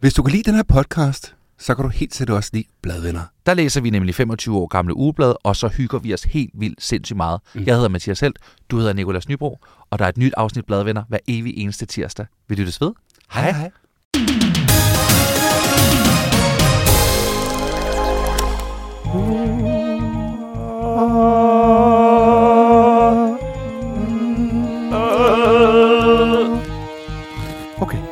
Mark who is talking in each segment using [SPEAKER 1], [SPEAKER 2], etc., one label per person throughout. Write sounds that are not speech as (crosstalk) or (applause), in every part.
[SPEAKER 1] Hvis du kan lide den her podcast, så kan du helt sikkert også lide Bladvenner.
[SPEAKER 2] Der læser vi nemlig 25 år gamle ugeblad, og så hygger vi os helt vildt sindssygt meget. Mm. Jeg hedder Mathias Helt, du hedder Nikolas Nybro, og der er et nyt afsnit Bladvenner hver evig eneste tirsdag. Vi lyttes ved. Hej hej.
[SPEAKER 1] Okay.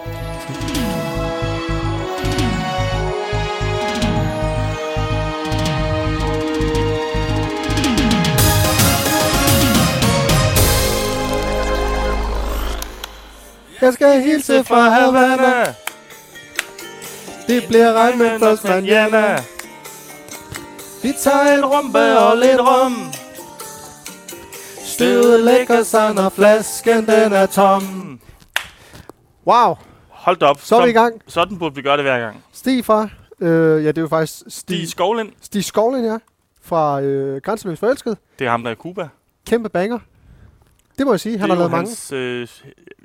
[SPEAKER 3] Jeg skal hilse fra Havana. Det bliver regn, men først manjana. Vi tager en rumpe og lidt rum. Støvet lægger sig, når flasken den er tom.
[SPEAKER 4] Wow,
[SPEAKER 3] Hold da op.
[SPEAKER 4] så er vi i gang.
[SPEAKER 3] Sådan burde vi gøre det hver gang.
[SPEAKER 4] Stig fra, øh, ja det er jo faktisk Stig,
[SPEAKER 3] Stig Skovlind,
[SPEAKER 4] Stig Skovlen, ja, fra øh, Grænseløs Forelsket.
[SPEAKER 3] det er ham, der er i Cuba.
[SPEAKER 4] Kæmpe banger. Det må jeg sige, han
[SPEAKER 3] det er
[SPEAKER 4] har
[SPEAKER 3] jo
[SPEAKER 4] lavet mange.
[SPEAKER 3] hans, øh,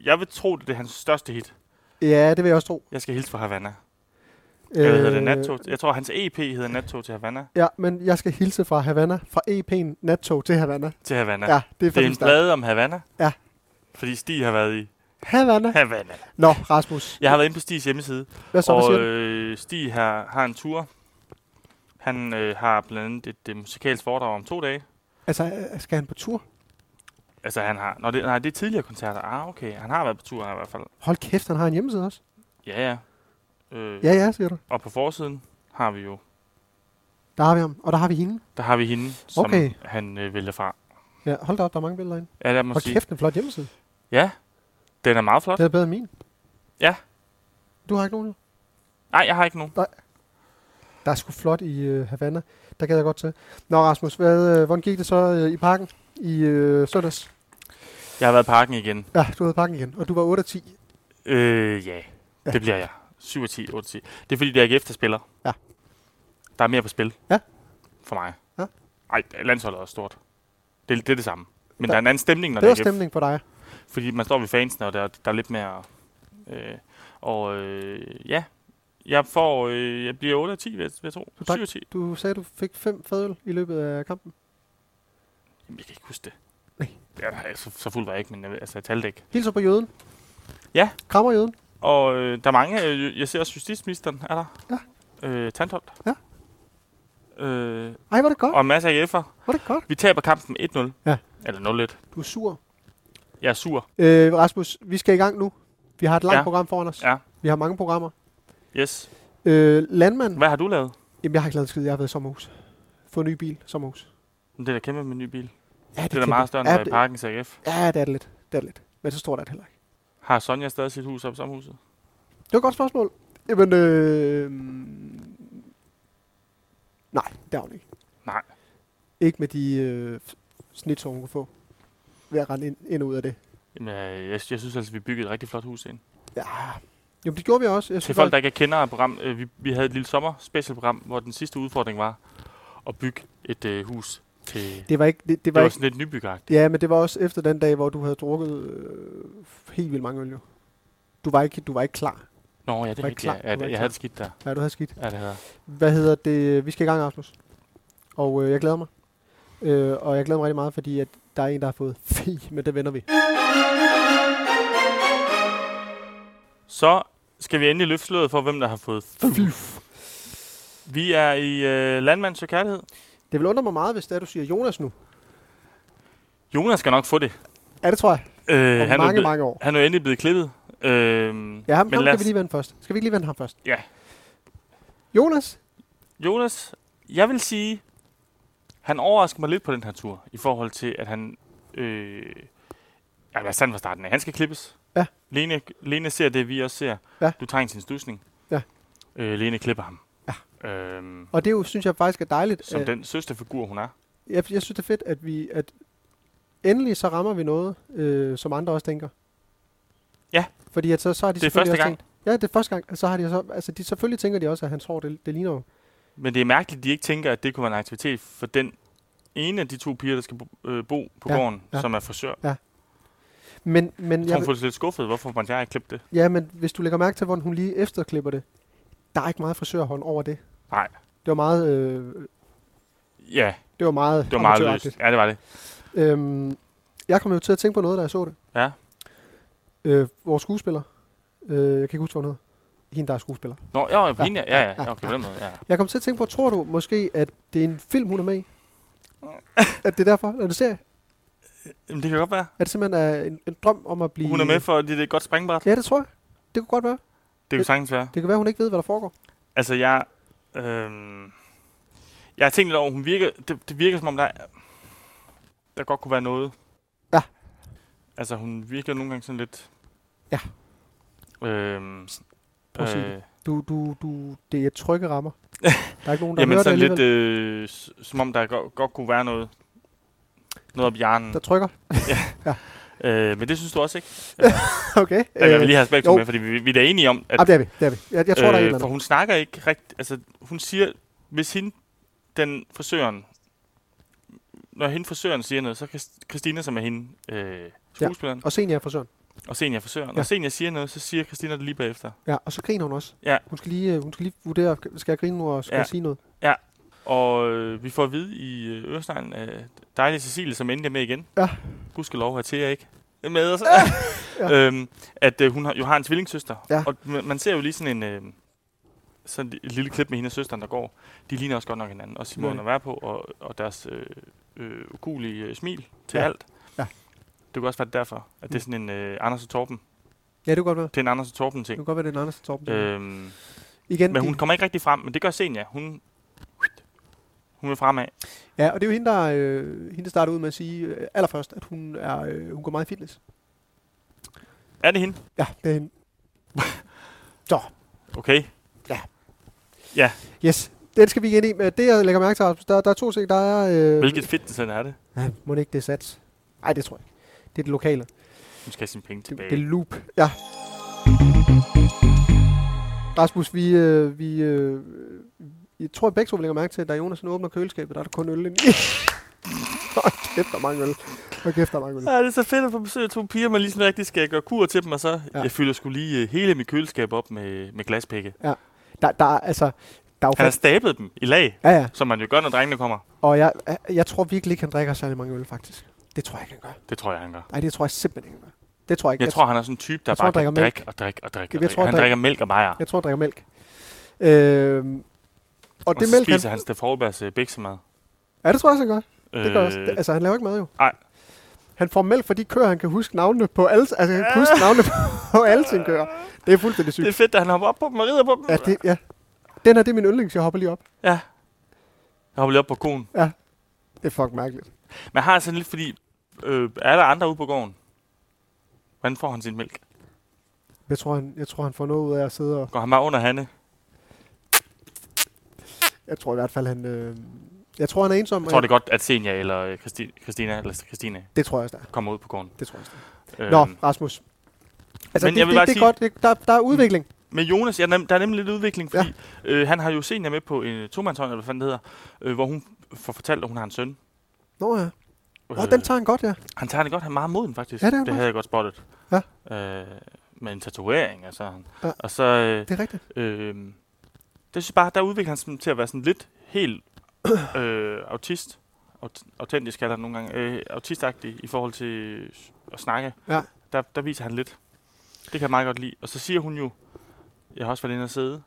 [SPEAKER 3] jeg vil tro, det er hans største hit.
[SPEAKER 4] Ja, det vil jeg også tro.
[SPEAKER 3] Jeg skal hilse fra Havana. Øh, Eller hedder det Nattog? Jeg tror, hans EP hedder Nattog til Havana.
[SPEAKER 4] Ja, men jeg skal hilse fra Havana, fra EP'en Nattog til Havana.
[SPEAKER 3] Til Havana.
[SPEAKER 4] Ja, det er
[SPEAKER 3] det er en
[SPEAKER 4] faktisk stærkt.
[SPEAKER 3] plade om Havana.
[SPEAKER 4] Ja.
[SPEAKER 3] Fordi Stig har været i
[SPEAKER 4] Havana.
[SPEAKER 3] Havana.
[SPEAKER 4] Nå, Rasmus,
[SPEAKER 3] Jeg har været inde på Stigs hjemmeside,
[SPEAKER 4] hvad så, hvad
[SPEAKER 3] og
[SPEAKER 4] siger du?
[SPEAKER 3] øh, Stig har, har en tur. Han øh, har blandt andet et, et musikalsk foredrag om to dage.
[SPEAKER 4] Altså, øh, skal han på tur?
[SPEAKER 3] Altså han har... Nå, det, nej, det er tidligere koncerter. Ah, okay. Han har været på tur her i hvert fald.
[SPEAKER 4] Hold kæft, han har en hjemmeside også.
[SPEAKER 3] Ja, ja. Øh,
[SPEAKER 4] Ja, ja, siger du.
[SPEAKER 3] Og på forsiden har vi jo...
[SPEAKER 4] Der har vi ham, og der har vi hende.
[SPEAKER 3] Der har vi hende, som
[SPEAKER 4] Okay.
[SPEAKER 3] han øh, vælger fra.
[SPEAKER 4] Ja, hold da op, der er mange billeder inde.
[SPEAKER 3] Ja, lad mig
[SPEAKER 4] Hold
[SPEAKER 3] sige.
[SPEAKER 4] kæft, en flot hjemmeside.
[SPEAKER 3] Ja, den er meget flot.
[SPEAKER 4] Det er bedre end min.
[SPEAKER 3] Ja.
[SPEAKER 4] Du har ikke nogen?
[SPEAKER 3] Nej, jeg har ikke nogen.
[SPEAKER 4] Der er sgu flot i øh, Havana. Der gad jeg godt til. Nå, Rasmus, hvad, øh, hvordan gik det så øh, i parken i øh, søndags?
[SPEAKER 3] Jeg har været i parken igen.
[SPEAKER 4] Ja, du havde parken igen, og du var 8 af 10.
[SPEAKER 3] Øh, ja.
[SPEAKER 4] Ja.
[SPEAKER 3] Det bliver jeg. 7 af 10, 8 af 10. Det er fordi, det er AGF, der spiller.
[SPEAKER 4] Ja.
[SPEAKER 3] Der er mere på spil.
[SPEAKER 4] Ja.
[SPEAKER 3] For mig.
[SPEAKER 4] Ja.
[SPEAKER 3] Ej, landsholdet er også stort. Det, det er det samme. Men
[SPEAKER 4] Der-
[SPEAKER 3] der, der er en anden stemning, når
[SPEAKER 4] Det
[SPEAKER 3] det er
[SPEAKER 4] var
[SPEAKER 3] AGF.
[SPEAKER 4] stemning for dig.
[SPEAKER 3] Fordi man står ved fansene, og der, der er lidt mere... Øh, og øh, ja, jeg får... Øh, jeg bliver 8 af 10, vil jeg, vil jeg tro.
[SPEAKER 4] Du
[SPEAKER 3] 7
[SPEAKER 4] drak-
[SPEAKER 3] af 10.
[SPEAKER 4] Du sagde, du fik fem fadøl i løbet af kampen.
[SPEAKER 3] Jamen, jeg kan ikke huske det.
[SPEAKER 4] Nej.
[SPEAKER 3] Ja, nej, så, så fuld var jeg ikke, men jeg, ved- altså, jeg talte ikke.
[SPEAKER 4] Hilser på jøden.
[SPEAKER 3] Ja.
[SPEAKER 4] Krammer jøden.
[SPEAKER 3] Og øh, der er mange... Øh, jeg ser også justitsministeren er der.
[SPEAKER 4] Ja.
[SPEAKER 3] Øh, Tandholt.
[SPEAKER 4] Ja.
[SPEAKER 3] Øh,
[SPEAKER 4] Ej, var det godt.
[SPEAKER 3] og masser af AGF'er.
[SPEAKER 4] Var det godt.
[SPEAKER 3] Vi taber kampen 1-0.
[SPEAKER 4] Ja.
[SPEAKER 3] Eller 0-1.
[SPEAKER 4] Du er sur.
[SPEAKER 3] Jeg er sur.
[SPEAKER 4] Øh, Rasmus, vi skal i gang nu. Vi har et langt
[SPEAKER 3] Ja.
[SPEAKER 4] ja. program foran os.
[SPEAKER 3] Ja.
[SPEAKER 4] Vi har mange programmer.
[SPEAKER 3] Yes.
[SPEAKER 4] Øh, landmand.
[SPEAKER 3] Hvad har du lavet?
[SPEAKER 4] Jamen, jeg har ikke lavet en skid. Jeg har været i sommerhus. Få en ny bil. Sommerhus.
[SPEAKER 3] Det er da kæmpe med en ny bil.
[SPEAKER 4] Ja,
[SPEAKER 3] Det er da meget større end at
[SPEAKER 4] ja,
[SPEAKER 3] være i
[SPEAKER 4] det-
[SPEAKER 3] parken til AGF.
[SPEAKER 4] Ja, det er det lidt. Det er det lidt. Men så stort er det heller ikke.
[SPEAKER 3] Har Sonja stadig sit hus op i sommerhuset?
[SPEAKER 4] Det var et godt spørgsmål. Jamen, øh... Nej, det er hun ikke.
[SPEAKER 3] Nej.
[SPEAKER 4] Ikke med de øh, snitsår, hun kunne få. Ved at rende ind, ind og ud af det.
[SPEAKER 3] Jamen, øh, jeg, jeg synes altså, vi byggede et rigtig flot hus ind.
[SPEAKER 4] Ja. Jo, det gjorde vi også. Jeg
[SPEAKER 3] Til
[SPEAKER 4] synes
[SPEAKER 3] folk, der
[SPEAKER 4] også-
[SPEAKER 3] ikke kender af program, øh, vi, vi havde et lille sommer specialprogram, hvor den sidste udfordring var at bygge et øh, hus til... Det
[SPEAKER 4] Det var ikke... Det, det var
[SPEAKER 3] var, det var
[SPEAKER 4] ikke
[SPEAKER 3] sådan lidt nybyggeragtigt.
[SPEAKER 4] ja, men det var også efter den dag, hvor du havde drukket øh, helt vildt mange øl, jo. Du var ikke, du var ikke klar.
[SPEAKER 3] Nå, ja, det er
[SPEAKER 4] var ikke
[SPEAKER 3] rigtigt. Ja,
[SPEAKER 4] klar.
[SPEAKER 3] ja,
[SPEAKER 4] Du var
[SPEAKER 3] det-
[SPEAKER 4] ikke
[SPEAKER 3] jeg
[SPEAKER 4] klar.
[SPEAKER 3] havde det skidt der.
[SPEAKER 4] Ja, du havde skidt.
[SPEAKER 3] Ja, det hedder.
[SPEAKER 4] Hvad hedder det? Vi skal i gang, Rasmus. Og øh, jeg glæder mig. Øh, og jeg glæder mig rigtig meget, fordi at der er en, der har fået (laughs) fi, men det vender vi.
[SPEAKER 3] Så skal vi endelig løfte sløret for, hvem der har fået... Vi er i øh, Landmands og Kærlighed.
[SPEAKER 4] Det vil undre mig meget, hvis det er, du siger Jonas nu.
[SPEAKER 3] Jonas skal nok få det.
[SPEAKER 4] Ja, det tror jeg.
[SPEAKER 3] Øh,
[SPEAKER 4] Om
[SPEAKER 3] han, er
[SPEAKER 4] mange,
[SPEAKER 3] blevet,
[SPEAKER 4] mange år.
[SPEAKER 3] han er jo endelig blevet klippet. Øh,
[SPEAKER 4] Ja, ham,
[SPEAKER 3] men
[SPEAKER 4] ham
[SPEAKER 3] lad
[SPEAKER 4] skal
[SPEAKER 3] os,
[SPEAKER 4] vi lige vende først. Skal vi ikke lige vende ham først?
[SPEAKER 3] Ja.
[SPEAKER 4] Jonas?
[SPEAKER 3] Jonas, jeg vil sige, han overrasker mig lidt på den her tur, i forhold til, at han... Øh, ja, lad os tage den fra starten af. Han skal klippes.
[SPEAKER 4] Ja.
[SPEAKER 3] Lene, Lene ser det, vi også ser.
[SPEAKER 4] Ja.
[SPEAKER 3] Du trænger til en stusning.
[SPEAKER 4] Ja.
[SPEAKER 3] Øh, Lene klipper ham. Ja. Øhm,
[SPEAKER 4] Og det er jo, synes jeg faktisk er dejligt. øh,
[SPEAKER 3] som
[SPEAKER 4] at-
[SPEAKER 3] den søsterfigur, hun er.
[SPEAKER 4] jeg, jeg synes, det er fedt, at vi... At endelig så rammer vi noget, øh, som andre også tænker.
[SPEAKER 3] Ja.
[SPEAKER 4] Fordi at så, så har de
[SPEAKER 3] Det er
[SPEAKER 4] selvfølgelig
[SPEAKER 3] første
[SPEAKER 4] også
[SPEAKER 3] gang.
[SPEAKER 4] Tænkt, ja, det er første gang. Så har de så, altså de, selvfølgelig tænker de også, at han tror, det, det ligner jo.
[SPEAKER 3] Men det er mærkeligt, at de ikke tænker, at det kunne være en aktivitet for den ene af de to piger, der skal bo, øh, bo på
[SPEAKER 4] Ja,
[SPEAKER 3] ja. gården,
[SPEAKER 4] ja.
[SPEAKER 3] ja. som er frisør.
[SPEAKER 4] Men, men
[SPEAKER 3] Jeg
[SPEAKER 4] jeg,
[SPEAKER 3] tror, hun føler sig lidt skuffet. Hvorfor måtte jeg ikke klippe det?
[SPEAKER 4] Ja, men hvis du lægger mærke til, hvordan hun lige efterklipper det, der er ikke meget frisørhånd over det.
[SPEAKER 3] Nej.
[SPEAKER 4] Det var meget... Øh,
[SPEAKER 3] Ja,
[SPEAKER 4] det var meget
[SPEAKER 3] det var meget
[SPEAKER 4] amatøragtigt.
[SPEAKER 3] løst. Ja, det var det.
[SPEAKER 4] Øhm, jeg kom jo til at tænke på noget, da jeg så det.
[SPEAKER 3] Ja.
[SPEAKER 4] Øh, vores skuespiller. Øh, jeg kan ikke huske, hvad hun hedder. Hende, der er skuespiller.
[SPEAKER 3] Nå, ja, på
[SPEAKER 4] Ja,
[SPEAKER 3] hende, ja, ja,
[SPEAKER 4] ja,
[SPEAKER 3] ja, okay, på den måde, ja.
[SPEAKER 4] Jeg kom til at tænke på, tror du måske, at det er en film, hun er med i? at det er derfor? Er det serie?
[SPEAKER 3] Jamen, det kan godt være.
[SPEAKER 4] At det simpelthen er en, en drøm om at blive...
[SPEAKER 3] Hun er med for, det er et godt springbræt.
[SPEAKER 4] Ja, det tror jeg. Det kunne godt være.
[SPEAKER 3] Det kan sagtens være.
[SPEAKER 4] Det kan være, hun ikke ved, hvad der foregår.
[SPEAKER 3] Altså, jeg... Øhm, jeg har tænkt lidt over, hun virker... Det, det virker, som om der, er- der godt kunne være noget.
[SPEAKER 4] Ja.
[SPEAKER 3] Altså, hun virker nogle gange sådan lidt...
[SPEAKER 4] Ja.
[SPEAKER 3] Øhm,
[SPEAKER 4] Prøv at sige
[SPEAKER 3] Øh.
[SPEAKER 4] det. Du, du, du, det er trygge
[SPEAKER 3] (laughs)
[SPEAKER 4] rammer. Der er ikke nogen, der
[SPEAKER 3] jamen,
[SPEAKER 4] hører det
[SPEAKER 3] sådan lidt,
[SPEAKER 4] alligevel.
[SPEAKER 3] øh, s- som om der godt, godt kunne være noget. Noget op i hjernen.
[SPEAKER 4] Der trykker. (laughs)
[SPEAKER 3] Øh, men det synes du også, ikke?
[SPEAKER 4] Okay.
[SPEAKER 3] Der kan vi lige Øh,
[SPEAKER 4] Øh,
[SPEAKER 3] have
[SPEAKER 4] jo.
[SPEAKER 3] spektrum med, fordi vi, vi er da enige om, at
[SPEAKER 4] ah, det er vi. Det er vi. Jeg, jeg tror, der er et eller
[SPEAKER 3] for
[SPEAKER 4] andet.
[SPEAKER 3] hun snakker ikke rigtigt. Altså, hun siger, hvis hende, den frisøren, når hende frisøren siger noget, så kan Christina, som er hende, øh, skuespilleren, ja.
[SPEAKER 4] Og senior for Søren.
[SPEAKER 3] og Senia frisøren. Ja.
[SPEAKER 4] Ja.
[SPEAKER 3] Når Senia siger noget, så siger Christina det lige bagefter.
[SPEAKER 4] Ja, og så griner hun også.
[SPEAKER 3] Ja.
[SPEAKER 4] Hun skal lige, øh, hun skal lige vurdere, skal jeg grine nu, og skal
[SPEAKER 3] Ja.
[SPEAKER 4] jeg sige noget?
[SPEAKER 3] Og øh, vi får at vide i øh, Ørestegn af dejlige Cecilie, som endelig er med igen.
[SPEAKER 4] Ja.
[SPEAKER 3] Gud skal lov, til jeg ikke er med os.
[SPEAKER 4] (laughs) Ja.
[SPEAKER 3] ja. øhm, at øh, hun har, jo har en tvillingssøster.
[SPEAKER 4] Ja.
[SPEAKER 3] Og ma- man ser jo lige sådan en... Øh, sådan et lille klip med hende og søsteren, der går. De ligner også godt nok hinanden. Også i
[SPEAKER 4] Det gør
[SPEAKER 3] måden at være på, og, og deres øh, øh, ukulige øh, smil til
[SPEAKER 4] Ja.
[SPEAKER 3] alt.
[SPEAKER 4] Ja.
[SPEAKER 3] Det kan også være derfor, at det er sådan en øh, Anders og Torben.
[SPEAKER 4] Ja, det kunne godt være.
[SPEAKER 3] Det er en Anders og Torben
[SPEAKER 4] Det
[SPEAKER 3] ting.
[SPEAKER 4] kunne godt være, det er en Anders Torben. Øh,
[SPEAKER 3] Øhm,
[SPEAKER 4] Igen,
[SPEAKER 3] men hun
[SPEAKER 4] de-
[SPEAKER 3] kommer ikke rigtig frem, men det gør Senja. Hun, hun er fremad.
[SPEAKER 4] ja, og det er jo hende, der, øh, hende, der starter ud med at sige øh, allerførst, at hun, er, øh, hun går meget i fitness.
[SPEAKER 3] Er det hende?
[SPEAKER 4] Ja, det er
[SPEAKER 3] (laughs)
[SPEAKER 4] hende.
[SPEAKER 3] Okay.
[SPEAKER 4] Yes, den skal vi igen i. Men Det, jeg lægger mærke til, Rasmus, der, der er to ting. Der er... Øh,
[SPEAKER 3] Hvilket fitnesscenter er det?
[SPEAKER 4] Ja, må det ikke det er sats? Nej, det tror jeg ikke. Det er det lokale.
[SPEAKER 3] Hun skal have sine penge
[SPEAKER 4] Det,
[SPEAKER 3] tilbage.
[SPEAKER 4] det er loop. Ja. Rasmus, vi, øh, vi, øh, jeg tror, at begge to lægger mærke til, at da Jonas nu åbner køleskabet, der er der kun øl inde i. (laughs) Hold kæft, der er mange øl. Hold kæft, der er mange øl.
[SPEAKER 3] Ja, det er så fedt at få besøg af to piger, man lige sådan rigtig skal gøre kur til dem, og så
[SPEAKER 4] Ja.
[SPEAKER 3] ja. jeg fylder skulle lige øh, hele mit køleskab op med, med glaspække.
[SPEAKER 4] Der, der, er, altså, der er jo
[SPEAKER 3] Han har
[SPEAKER 4] fast...
[SPEAKER 3] stablet dem i lag,
[SPEAKER 4] Ja, ja.
[SPEAKER 3] som man jo gør, når drengene kommer.
[SPEAKER 4] Og jeg, jeg tror virkelig ikke, han drikker særlig mange øl, faktisk. Det tror jeg ikke, han gør.
[SPEAKER 3] Det tror jeg, han gør.
[SPEAKER 4] Nej, det tror jeg simpelthen ikke, han gør. Det tror jeg ikke.
[SPEAKER 3] Jeg tror, han er sådan en type, der
[SPEAKER 4] jeg tror,
[SPEAKER 3] bare
[SPEAKER 4] han drikker
[SPEAKER 3] kan drikke og drikke og drikke.
[SPEAKER 4] Jeg
[SPEAKER 3] og drikke.
[SPEAKER 4] tror, han
[SPEAKER 3] han drikker mælk og bajer.
[SPEAKER 4] jeg tror, han drikker mælk. Øhm, og,
[SPEAKER 3] Og
[SPEAKER 4] det
[SPEAKER 3] så
[SPEAKER 4] mælk,
[SPEAKER 3] spiser
[SPEAKER 4] han...
[SPEAKER 3] han Steff Holbergs øh, biksemad.
[SPEAKER 4] Ja, det tror jeg også, han gør. Det gør
[SPEAKER 3] Øh,
[SPEAKER 4] også. Det- Altså, han laver ikke mad jo.
[SPEAKER 3] nej.
[SPEAKER 4] Han får mælk fra de køer, han kan huske navnene på alle, altså, han kan huske navnene på alle sine køer. Det er fuldstændig sygt.
[SPEAKER 3] Det er fedt, at han hopper op på dem og rider på dem.
[SPEAKER 4] Ja, det, ja. Den her, det er min yndlings, jeg hopper lige op.
[SPEAKER 3] Jeg hopper lige op på konen.
[SPEAKER 4] Det er fucking mærkeligt.
[SPEAKER 3] Man har sådan lidt, fordi øh, er der andre ude på gården? Hvordan får han sin mælk?
[SPEAKER 4] Jeg tror, han, jeg tror, han får noget ud af at sidde og...
[SPEAKER 3] Går han bare under Hanne?
[SPEAKER 4] Jeg tror i hvert fald, han... Øh, jeg tror, han er ensom.
[SPEAKER 3] Jeg tror det er godt, at Senja eller øh, Christi- Christina, eller Christine
[SPEAKER 4] det tror jeg også, der er.
[SPEAKER 3] kommer ud på gården.
[SPEAKER 4] Det tror jeg også, der er.
[SPEAKER 3] Øhm,
[SPEAKER 4] Nå, Rasmus. Altså,
[SPEAKER 3] men
[SPEAKER 4] det,
[SPEAKER 3] jeg vil
[SPEAKER 4] det,
[SPEAKER 3] bare
[SPEAKER 4] det, er
[SPEAKER 3] sige-
[SPEAKER 4] godt. Det, der, der er udvikling.
[SPEAKER 3] Med Jonas, ja, nem- der er nemlig lidt udvikling, fordi ja. øh, han har jo Senja med på en øh, tomandshånd, eller hvad fanden det hedder, øh, hvor hun får fortalt, at hun har en søn.
[SPEAKER 4] Nå ja. Åh,
[SPEAKER 3] Øh,
[SPEAKER 4] den tager han godt, ja.
[SPEAKER 3] Han tager det godt, han er meget moden faktisk.
[SPEAKER 4] Ja, det er han
[SPEAKER 3] det havde jeg godt spottet.
[SPEAKER 4] Ja.
[SPEAKER 3] Øh, med en tatovering, altså. Han.
[SPEAKER 4] Ja.
[SPEAKER 3] Ja. Og så, øh,
[SPEAKER 4] Det er rigtigt.
[SPEAKER 3] øh, det synes jeg bare, der udvikler han sig sådan til at være sådan lidt helt (coughs) øh, autist. Aut- autentisk kalder han nogle gange. Øh, autistagtig i forhold til s- at snakke.
[SPEAKER 4] Ja.
[SPEAKER 3] Der, der viser han lidt. Det kan jeg meget godt lide. Og så siger hun jo, jeg har også været inde og sidde.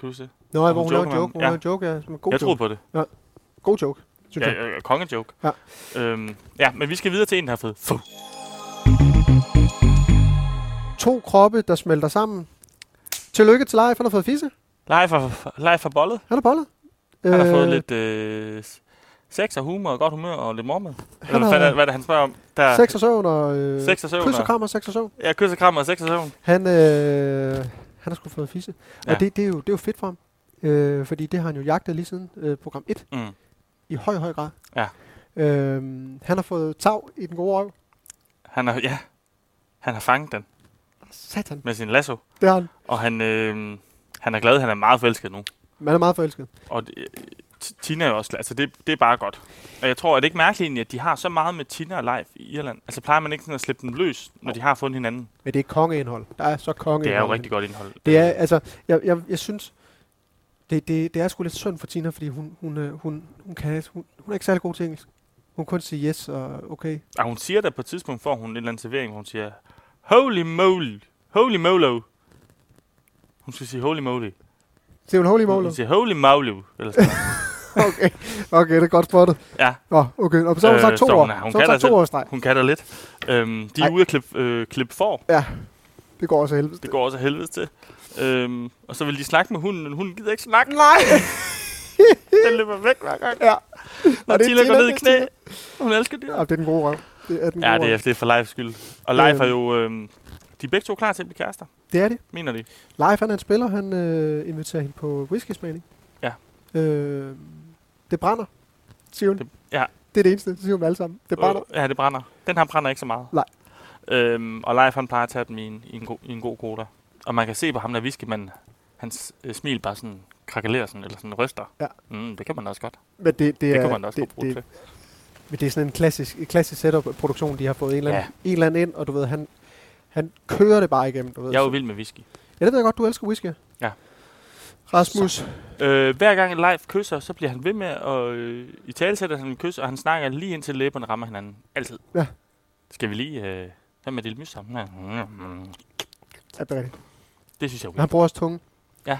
[SPEAKER 3] Kan du se?
[SPEAKER 4] Nå, ja, hvor
[SPEAKER 3] hun
[SPEAKER 4] hun
[SPEAKER 3] joker
[SPEAKER 4] laver en joke. Hun
[SPEAKER 3] med ham. Ja.
[SPEAKER 4] laver en joke, ja. Som en God
[SPEAKER 3] jeg troede
[SPEAKER 4] joke.
[SPEAKER 3] på det.
[SPEAKER 4] God joke, synes
[SPEAKER 3] Ja,
[SPEAKER 4] jeg.
[SPEAKER 3] ja, kongejoke.
[SPEAKER 4] Ja.
[SPEAKER 3] Øhm, ja, men vi skal videre til en, der har fået fuh.
[SPEAKER 4] To kroppe, der smelter sammen. Tillykke til Leif, han har fået fisse.
[SPEAKER 3] Leif har- Leif har bollet.
[SPEAKER 4] Han er bollet.
[SPEAKER 3] Han har fået
[SPEAKER 4] Øh,
[SPEAKER 3] lidt øh, s- sex og humor og godt humør og lidt mormad. Eller
[SPEAKER 4] Han
[SPEAKER 3] hvad,
[SPEAKER 4] har-
[SPEAKER 3] fanden er- hvad er det, han spørger om? Der,
[SPEAKER 4] Sex og søvn og... Øh,
[SPEAKER 3] Sex og søvn
[SPEAKER 4] Kys og
[SPEAKER 3] og-
[SPEAKER 4] krammer, sex og søvn.
[SPEAKER 3] Ja, kys og krammer og sex og søvn.
[SPEAKER 4] Han, øh, han har sgu fået fisse. Ja.
[SPEAKER 3] Ja.
[SPEAKER 4] Og det, det, er jo, det er jo fedt for ham. Øh, fordi det har han jo jagtet lige siden øh, program 1.
[SPEAKER 3] Mm.
[SPEAKER 4] I høj, høj grad.
[SPEAKER 3] Ja.
[SPEAKER 4] Øhm, han har fået tag i den gode røv.
[SPEAKER 3] Han har, ja, han har fanget den
[SPEAKER 4] Satan.
[SPEAKER 3] med sin lasso.
[SPEAKER 4] Det har han.
[SPEAKER 3] Og han, øh, han er glad, han er meget forelsket nu.
[SPEAKER 4] Man er meget forelsket.
[SPEAKER 3] Og det, øh, T- Tina er jo også, glad. altså det, det er bare godt. Og jeg tror, er det ikke mærkeligt egentlig, at de har så meget med Tina og Leif i Irland? Altså plejer man ikke sådan at slippe dem løs, når de har fundet hinanden?
[SPEAKER 4] Men det er kongeindhold. Der er så kongeindhold.
[SPEAKER 3] Det er jo
[SPEAKER 4] i
[SPEAKER 3] rigtig godt indhold. Øh,
[SPEAKER 4] Det er, altså, jeg, jeg, jeg synes, det, det, det er sgu lidt synd for Tina, fordi hun, hun, øh, hun, hun, kan, hun, hun er ikke særlig god til engelsk. Hun kan kun sige yes og okay.
[SPEAKER 3] Og ah, hun siger da på et tidspunkt, får hun en eller anden servering, hvor hun siger, holy moly, holy molo. Hun skal sige holy moly.
[SPEAKER 4] Siger hun holy moly?
[SPEAKER 3] Hun (laughs) siger holy moly. Eller sådan. noget.
[SPEAKER 4] Okay, okay, det er godt spottet.
[SPEAKER 3] ja,
[SPEAKER 4] Nå, okay. Og så har hun
[SPEAKER 3] Øh,
[SPEAKER 4] sagt to
[SPEAKER 3] så
[SPEAKER 4] år.
[SPEAKER 3] hun
[SPEAKER 4] Så
[SPEAKER 3] er- hun
[SPEAKER 4] har hun
[SPEAKER 3] kan
[SPEAKER 4] sagt
[SPEAKER 3] da
[SPEAKER 4] to år i streg.
[SPEAKER 3] hun kan da lidt. Øhm, de er
[SPEAKER 4] Ej.
[SPEAKER 3] ude at klippe, øh, klippe for.
[SPEAKER 4] Det går også af helvede.
[SPEAKER 3] Det går også af helvede til. Øhm, og så vil de snakke med hunden, men hunden gider ikke snakke.
[SPEAKER 4] Nej!
[SPEAKER 3] (laughs) Den løber væk hver gang.
[SPEAKER 4] Ja.
[SPEAKER 3] Når
[SPEAKER 4] Og det er
[SPEAKER 3] Tina går
[SPEAKER 4] Tina,
[SPEAKER 3] ned i
[SPEAKER 4] det er
[SPEAKER 3] knæ. Hun elsker dyr.
[SPEAKER 4] ja, det er den gode røv. Det er den
[SPEAKER 3] Ja,
[SPEAKER 4] gode
[SPEAKER 3] det er,
[SPEAKER 4] røv.
[SPEAKER 3] det er for Leifs skyld. Og Leif
[SPEAKER 4] Øhm.
[SPEAKER 3] er jo... Øhm, de er begge to klar til at blive kærester,
[SPEAKER 4] det er det.
[SPEAKER 3] mener de.
[SPEAKER 4] Leif, han er en spiller. Han øh, inviterer hende på whisky-smagning.
[SPEAKER 3] Ja.
[SPEAKER 4] Øh, det brænder, siger hun.
[SPEAKER 3] Det- ja.
[SPEAKER 4] Det er det eneste, det siger hun alle sammen. Det brænder.
[SPEAKER 3] Øh, ja, det brænder. Den her brænder ikke så meget.
[SPEAKER 4] Nej.
[SPEAKER 3] Øhm, og Leif, han plejer at tage dem i en, i en, go- i en god koda. Og man kan se på ham, der whiskymanden, hans øh, smil bare sådan krakalerer sådan, eller sådan ryster.
[SPEAKER 4] Ja.
[SPEAKER 3] Mm, det kan man også godt.
[SPEAKER 4] Men det, det,
[SPEAKER 3] Det,
[SPEAKER 4] er,
[SPEAKER 3] kan man også
[SPEAKER 4] det,
[SPEAKER 3] godt bruge
[SPEAKER 4] det,
[SPEAKER 3] til.
[SPEAKER 4] Men det er sådan en klassisk, et klassisk setup-produktion, de har fået en eller, anden, en eller anden ind, og du ved, han, han kører det bare igennem, du ved.
[SPEAKER 3] Jeg er jo
[SPEAKER 4] Så-
[SPEAKER 3] vild med whisky.
[SPEAKER 4] ja, det ved jeg godt, du elsker whisky.
[SPEAKER 3] Ja.
[SPEAKER 4] Rasmus,
[SPEAKER 3] Øh, hver gang Leif kysser, så bliver han ved med at øh, i tale sætter han en kys, og han snakker lige indtil læberne rammer hinanden. Altid.
[SPEAKER 4] Ja.
[SPEAKER 3] Skal vi lige... Øh, hvad med det lille mys sammen her? Mm, mm.
[SPEAKER 4] ja, det er rigtigt.
[SPEAKER 3] Det synes jeg er
[SPEAKER 4] Men han bruger også tunge.
[SPEAKER 3] Det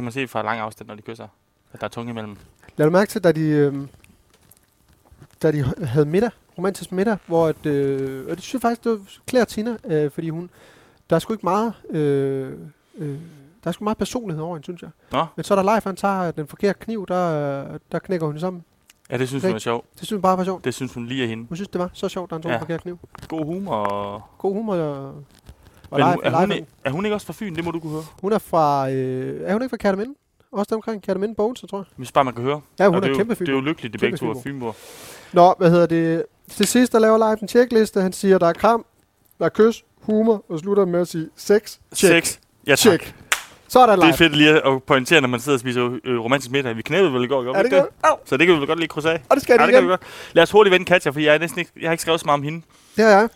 [SPEAKER 3] kan man se fra lang afstand, når de kysser. At der er tunge imellem.
[SPEAKER 4] Lad du mærke til, da de, øhm, da de h- havde middag, romantisk middag, hvor at, øh, og det synes jeg faktisk, det var klæder Tina, øh, fordi hun, der er sgu ikke meget, øh, øh, der er sgu meget personlighed over hende, synes jeg.
[SPEAKER 3] Nå.
[SPEAKER 4] Men så er der Leif, han tager den forkerte kniv, der, øh, der knækker hun sammen.
[SPEAKER 3] Ja, det synes
[SPEAKER 4] Okay.
[SPEAKER 3] hun er sjovt.
[SPEAKER 4] Det synes hun bare var sjovt.
[SPEAKER 3] Det synes hun lige er hende.
[SPEAKER 4] Hun synes, det var så sjovt, der han tog
[SPEAKER 3] Ja.
[SPEAKER 4] ja. en forkert kniv.
[SPEAKER 3] God humor. Og...
[SPEAKER 4] God humor øh, og, og
[SPEAKER 3] Men
[SPEAKER 4] live,
[SPEAKER 3] er, hun,
[SPEAKER 4] live.
[SPEAKER 3] ikke- er hun ikke også fra Fyn? Det må du kunne høre.
[SPEAKER 4] hun er fra, øh, er hun ikke fra Kærteminde? Også der omkring Kærteminde Bones, tror jeg.
[SPEAKER 3] Hvis bare man kan høre.
[SPEAKER 4] Ja, hun
[SPEAKER 3] Og det
[SPEAKER 4] er,
[SPEAKER 3] jo-
[SPEAKER 4] kæmpe fyr.
[SPEAKER 3] Det er jo lykkeligt, det begge
[SPEAKER 4] Kæmpe
[SPEAKER 3] to er
[SPEAKER 4] Fynbo.
[SPEAKER 3] Fynboer.
[SPEAKER 4] Nå, hvad hedder det? Til sidst, der laver live en checkliste. Han siger, der er kram, der er kys, humor, og slutter med at sige sex, check,
[SPEAKER 3] Sex. Ja, tak.
[SPEAKER 4] check. Så er der
[SPEAKER 3] Det
[SPEAKER 4] live.
[SPEAKER 3] er fedt lige at pointere, når man sidder og spiser øh, romantisk middag. Vi knæppede vel i går, gjorde
[SPEAKER 4] Er
[SPEAKER 3] vi
[SPEAKER 4] det
[SPEAKER 3] ikke
[SPEAKER 4] godt?
[SPEAKER 3] det? Så det kan vi vel godt lige krydse af.
[SPEAKER 4] Og det skal
[SPEAKER 3] Ja,
[SPEAKER 4] det
[SPEAKER 3] det kan vi
[SPEAKER 4] igen.
[SPEAKER 3] godt. Lad os hurtigt vende Katja, for jeg, er næsten ikke, jeg har ikke skrevet så meget om hende.
[SPEAKER 4] Det er jeg.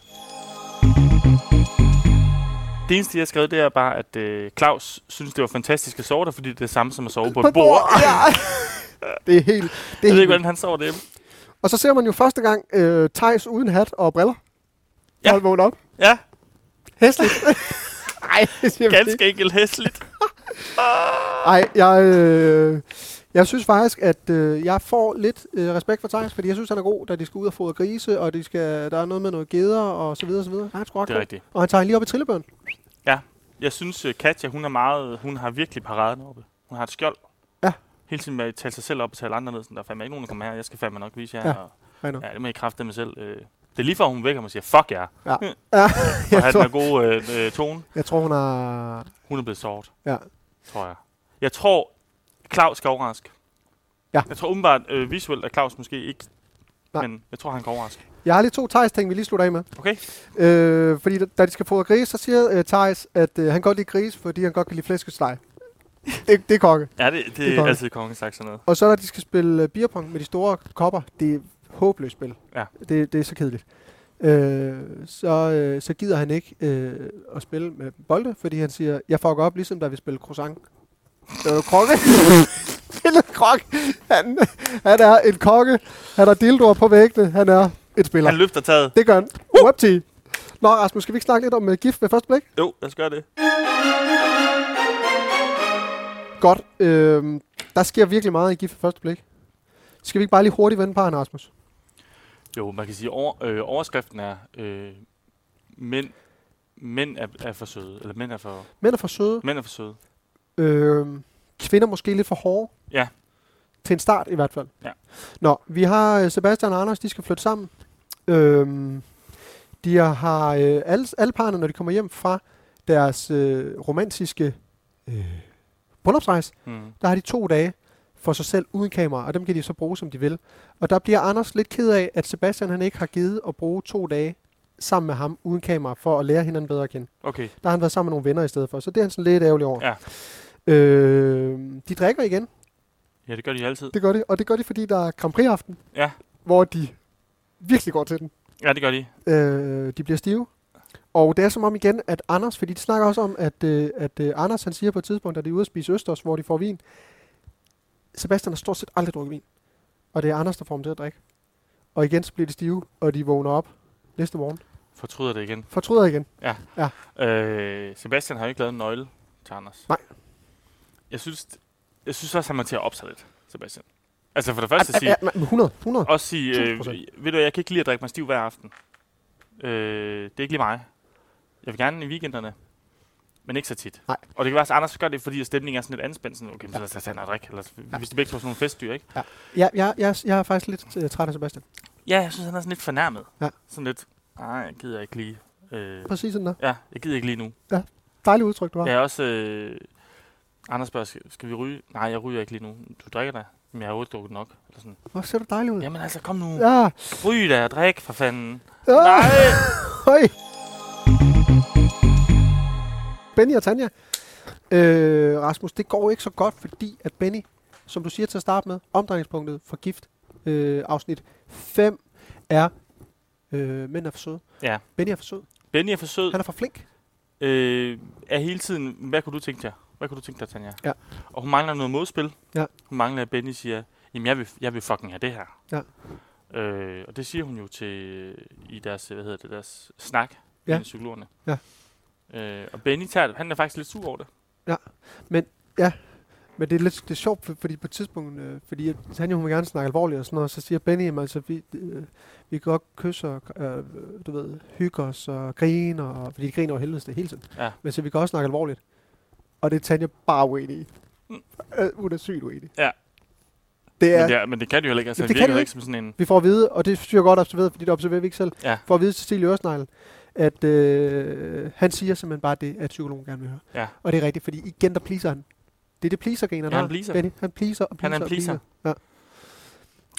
[SPEAKER 3] Det eneste, jeg har skrevet, det er bare, at øh, Claus synes, det var fantastisk at sove der, fordi det er det samme som at sove på et bord.
[SPEAKER 4] Ja. Det er helt... Det er
[SPEAKER 3] Jeg ved ikke,
[SPEAKER 4] helt
[SPEAKER 3] hvordan
[SPEAKER 4] vildt.
[SPEAKER 3] han sover det.
[SPEAKER 4] og så ser man jo første gang øh, Thijs uden hat og briller.
[SPEAKER 3] Ja.
[SPEAKER 4] Ja. Han vågner op.
[SPEAKER 3] Ja, (laughs)
[SPEAKER 4] Hæsligt. Ej, det siger man ikke.
[SPEAKER 3] ganske enkelt hæsligt.
[SPEAKER 4] Ej, jeg, øh, jeg synes faktisk, at øh, jeg får lidt øh, respekt for Thijs, fordi jeg synes, han er god, da de skal ud og fodre grise, og de skal, der er noget med noget geder, og så videre, og så videre. Han er sgu ret
[SPEAKER 3] Det er
[SPEAKER 4] god.
[SPEAKER 3] rigtigt.
[SPEAKER 4] Og han tager hende lige op i trillebørn.
[SPEAKER 3] Jeg synes, øh, Katja, hun er meget, hun har virkelig paraden oppe. Hun har et skjold.
[SPEAKER 4] Ja.
[SPEAKER 3] Hele tiden med at tale sig selv op og tale andre ned, sådan, der er fandme ikke nogen, der kommer her, jeg skal fandme nok vise jer.
[SPEAKER 4] Ja.
[SPEAKER 3] Og,
[SPEAKER 4] Right nu.
[SPEAKER 3] ja, det må I kræfte med selv. Øh, det er lige før, hun vækker mig og siger, fuck jer.
[SPEAKER 4] Ja.
[SPEAKER 3] Mm.
[SPEAKER 4] (laughs) Ja,
[SPEAKER 3] Og
[SPEAKER 4] jeg,
[SPEAKER 3] have den her
[SPEAKER 4] tror,
[SPEAKER 3] gode øh, øh, tone.
[SPEAKER 4] jeg tror, hun har...
[SPEAKER 3] Hun er blevet såret.
[SPEAKER 4] Ja.
[SPEAKER 3] Tror jeg. Jeg tror, Claus kan overraske.
[SPEAKER 4] Ja.
[SPEAKER 3] Jeg tror umiddelbart øh, visuelt, at Claus måske ikke.
[SPEAKER 4] Nej.
[SPEAKER 3] Men jeg tror, han kan overraske.
[SPEAKER 4] Jeg har lige to Thijs-ting, vi lige slutter af med.
[SPEAKER 3] Okay.
[SPEAKER 4] Øh, fordi da, da de skal fodre grise, så siger øh, Thijs, at øh, han godt lide grise, fordi han godt kan lide flæskesteg. det, det er konge.
[SPEAKER 3] Ja, det, det,
[SPEAKER 4] Det er
[SPEAKER 3] er
[SPEAKER 4] godt.
[SPEAKER 3] altid kongen sagt sådan noget.
[SPEAKER 4] Og så når de skal spille øh, beerpong med de store kopper, det er håbløst spil.
[SPEAKER 3] Ja.
[SPEAKER 4] Det, det er så kedeligt. Øh, så, øh, så gider han ikke øh, at spille med bolde, fordi han siger, jeg fucker op, ligesom da vi spillede croissant. Det var jo krokke. (laughs) Lille krok. Han, han er en kokke. Han har dildoer på væggene. Han er en spiller.
[SPEAKER 3] Han Uh! løfter taget.
[SPEAKER 4] Det gør han. Whoopty. Nå, Rasmus, skal vi ikke snakke lidt om uh, gift ved første blik?
[SPEAKER 3] Jo, lad os gøre det.
[SPEAKER 4] Godt. Øh, der sker virkelig meget i gift ved første blik. Skal vi ikke bare lige hurtigt vende parrene, Rasmus?
[SPEAKER 3] Jo, man kan sige, over, øh, overskriften er, øh, mænd, mænd er, er, for søde. Eller mænd er for,
[SPEAKER 4] Mænd er for søde.
[SPEAKER 3] mænd er for søde.
[SPEAKER 4] Øh, kvinder måske lidt for hårde.
[SPEAKER 3] Ja.
[SPEAKER 4] Til en start i hvert fald.
[SPEAKER 3] Ja.
[SPEAKER 4] Nå, vi har øh, Sebastian og Anders, de skal flytte sammen. Øh, de har øh, alle, alle parerne, når de kommer hjem fra deres øh, romantiske øh, bryllupsrejse,
[SPEAKER 3] Mm.
[SPEAKER 4] der har de to dage for sig selv uden kamera, og dem kan de så bruge, som de vil. Og der bliver Anders lidt ked af, at Sebastian han ikke har givet at bruge to dage sammen med ham uden kamera, for at lære hinanden bedre at kende.
[SPEAKER 3] Okay,
[SPEAKER 4] Der har han været sammen med nogle venner i stedet for, så det er han sådan lidt ærgerlig over.
[SPEAKER 3] Ja.
[SPEAKER 4] Øh, de drikker igen.
[SPEAKER 3] Ja, det gør de altid.
[SPEAKER 4] Det gør de, og det gør de, fordi der er Grand Prix-aften,
[SPEAKER 3] Ja.
[SPEAKER 4] hvor de virkelig går til den.
[SPEAKER 3] Ja, det gør de.
[SPEAKER 4] Øh, de bliver stive. Og det er som om igen, at Anders, fordi de snakker også om, at, øh, at øh, Anders han siger på et tidspunkt, at de er ude at spise Østers, hvor de får vin. Sebastian har stort set aldrig drukket vin. Og det er Anders, der får ham til at drikke. Og igen så bliver de stive, og de vågner op næste morgen.
[SPEAKER 3] Fortryder det igen.
[SPEAKER 4] Fortryder igen.
[SPEAKER 3] Øh, Sebastian har jo ikke lavet en nøgle til Anders.
[SPEAKER 4] Nej.
[SPEAKER 3] Jeg synes, jeg synes også, han må til at opsætte lidt, Sebastian. Altså for det første
[SPEAKER 4] At-
[SPEAKER 3] sige,
[SPEAKER 4] at- at- 100, 100.
[SPEAKER 3] også sige, øh,
[SPEAKER 4] 1000%.
[SPEAKER 3] ved du, jeg kan ikke lide at drikke mig stiv hver aften. Øh, det er ikke lige mig. Jeg vil gerne i weekenderne, men ikke så tit.
[SPEAKER 4] Nej.
[SPEAKER 3] Og det kan være, at Anders gør det, fordi at stemningen er sådan lidt anspændt. Sådan, okay, men så lad os da tage noget drik, eller ja. hvis de begge to er sådan nogle festdyr, ikke?
[SPEAKER 4] Ja, jeg, jeg, jeg er faktisk lidt øh, træt af Sebastian.
[SPEAKER 3] Ja, jeg synes, han er sådan lidt fornærmet.
[SPEAKER 4] Ja.
[SPEAKER 3] Sådan lidt, nej, jeg gider ikke lige. Øh,
[SPEAKER 4] Præcis sådan der.
[SPEAKER 3] ja, jeg gider ikke lige nu.
[SPEAKER 4] Dejligt udtryk, du har.
[SPEAKER 3] Jeg er også... Øh, Anders spørger, skal, skal vi ryge? Nej, jeg ryger ikke lige nu. Du drikker da. Men jeg har jo ikke drukket nok. Eller sådan.
[SPEAKER 4] Hvor ser du dejlig ud.
[SPEAKER 3] Jamen altså, kom nu. Ja.
[SPEAKER 4] Mm. Ja.
[SPEAKER 3] Ryg da, drik for fanden.
[SPEAKER 4] ja.
[SPEAKER 3] Nej!
[SPEAKER 4] (laughs) Hej. Benny og Tanja. Øh, Rasmus, det går ikke så godt, fordi at Benny, som du siger til at starte med, omdrejningspunktet for gift øh, afsnit 5 er øh, mænd er for søde.
[SPEAKER 3] Ja.
[SPEAKER 4] Benny er for sød.
[SPEAKER 3] Benny er for sød.
[SPEAKER 4] Han er for flink.
[SPEAKER 3] Øh, er hele tiden, hvad kunne du tænke dig? Hvad kunne du tænke dig, Tanja?
[SPEAKER 4] Ja.
[SPEAKER 3] Og hun mangler noget modspil.
[SPEAKER 4] Ja.
[SPEAKER 3] Hun mangler, at Benny siger, jamen jeg vil, jeg vil fucking have det her.
[SPEAKER 4] Ja.
[SPEAKER 3] Øh, og det siger hun jo til, øh, i deres, hvad hedder det, deres snak
[SPEAKER 4] Ja.
[SPEAKER 3] med psykologerne.
[SPEAKER 4] Ja.
[SPEAKER 3] Øh, og Benny tager det. Han er faktisk lidt sur over det.
[SPEAKER 4] Men det er lidt det er sjovt, for- fordi på et tidspunkt, øh, fordi at Tanja, hun vil gerne snakke alvorligt og sådan noget, og så siger Benny, jamen, altså, vi, øh, vi kan godt kysse og, øh, du ved, hygge os og grine, og, fordi de griner over helvedes det hele tiden.
[SPEAKER 3] Ja.
[SPEAKER 4] Men så vi kan også snakke alvorligt. Og det er Tanja bare uenig i.
[SPEAKER 3] Mm.
[SPEAKER 4] Øh, hun er sygt uenig.
[SPEAKER 3] Ja.
[SPEAKER 4] Det er,
[SPEAKER 3] Men, det er, men det kan de jo heller ikke. Altså,
[SPEAKER 4] Jamen, det
[SPEAKER 3] det,
[SPEAKER 4] kan
[SPEAKER 3] det
[SPEAKER 4] de
[SPEAKER 3] virker
[SPEAKER 4] jo
[SPEAKER 3] jo ikke som sådan en...
[SPEAKER 4] vi får at vide, og det synes jeg godt observeret, fordi det observerer vi ikke selv,
[SPEAKER 3] Ja.
[SPEAKER 4] får at vide Cecilie Øresnegl, at øh, han siger simpelthen bare det, at psykologen gerne vil høre.
[SPEAKER 3] Ja.
[SPEAKER 4] Og det er rigtigt, fordi igen, der pleaser han. Det er det pleaser gen, han
[SPEAKER 3] Ja, han
[SPEAKER 4] har.
[SPEAKER 3] pleaser.
[SPEAKER 4] Benny. Han pleaser og pleaser
[SPEAKER 3] Han er
[SPEAKER 4] og
[SPEAKER 3] en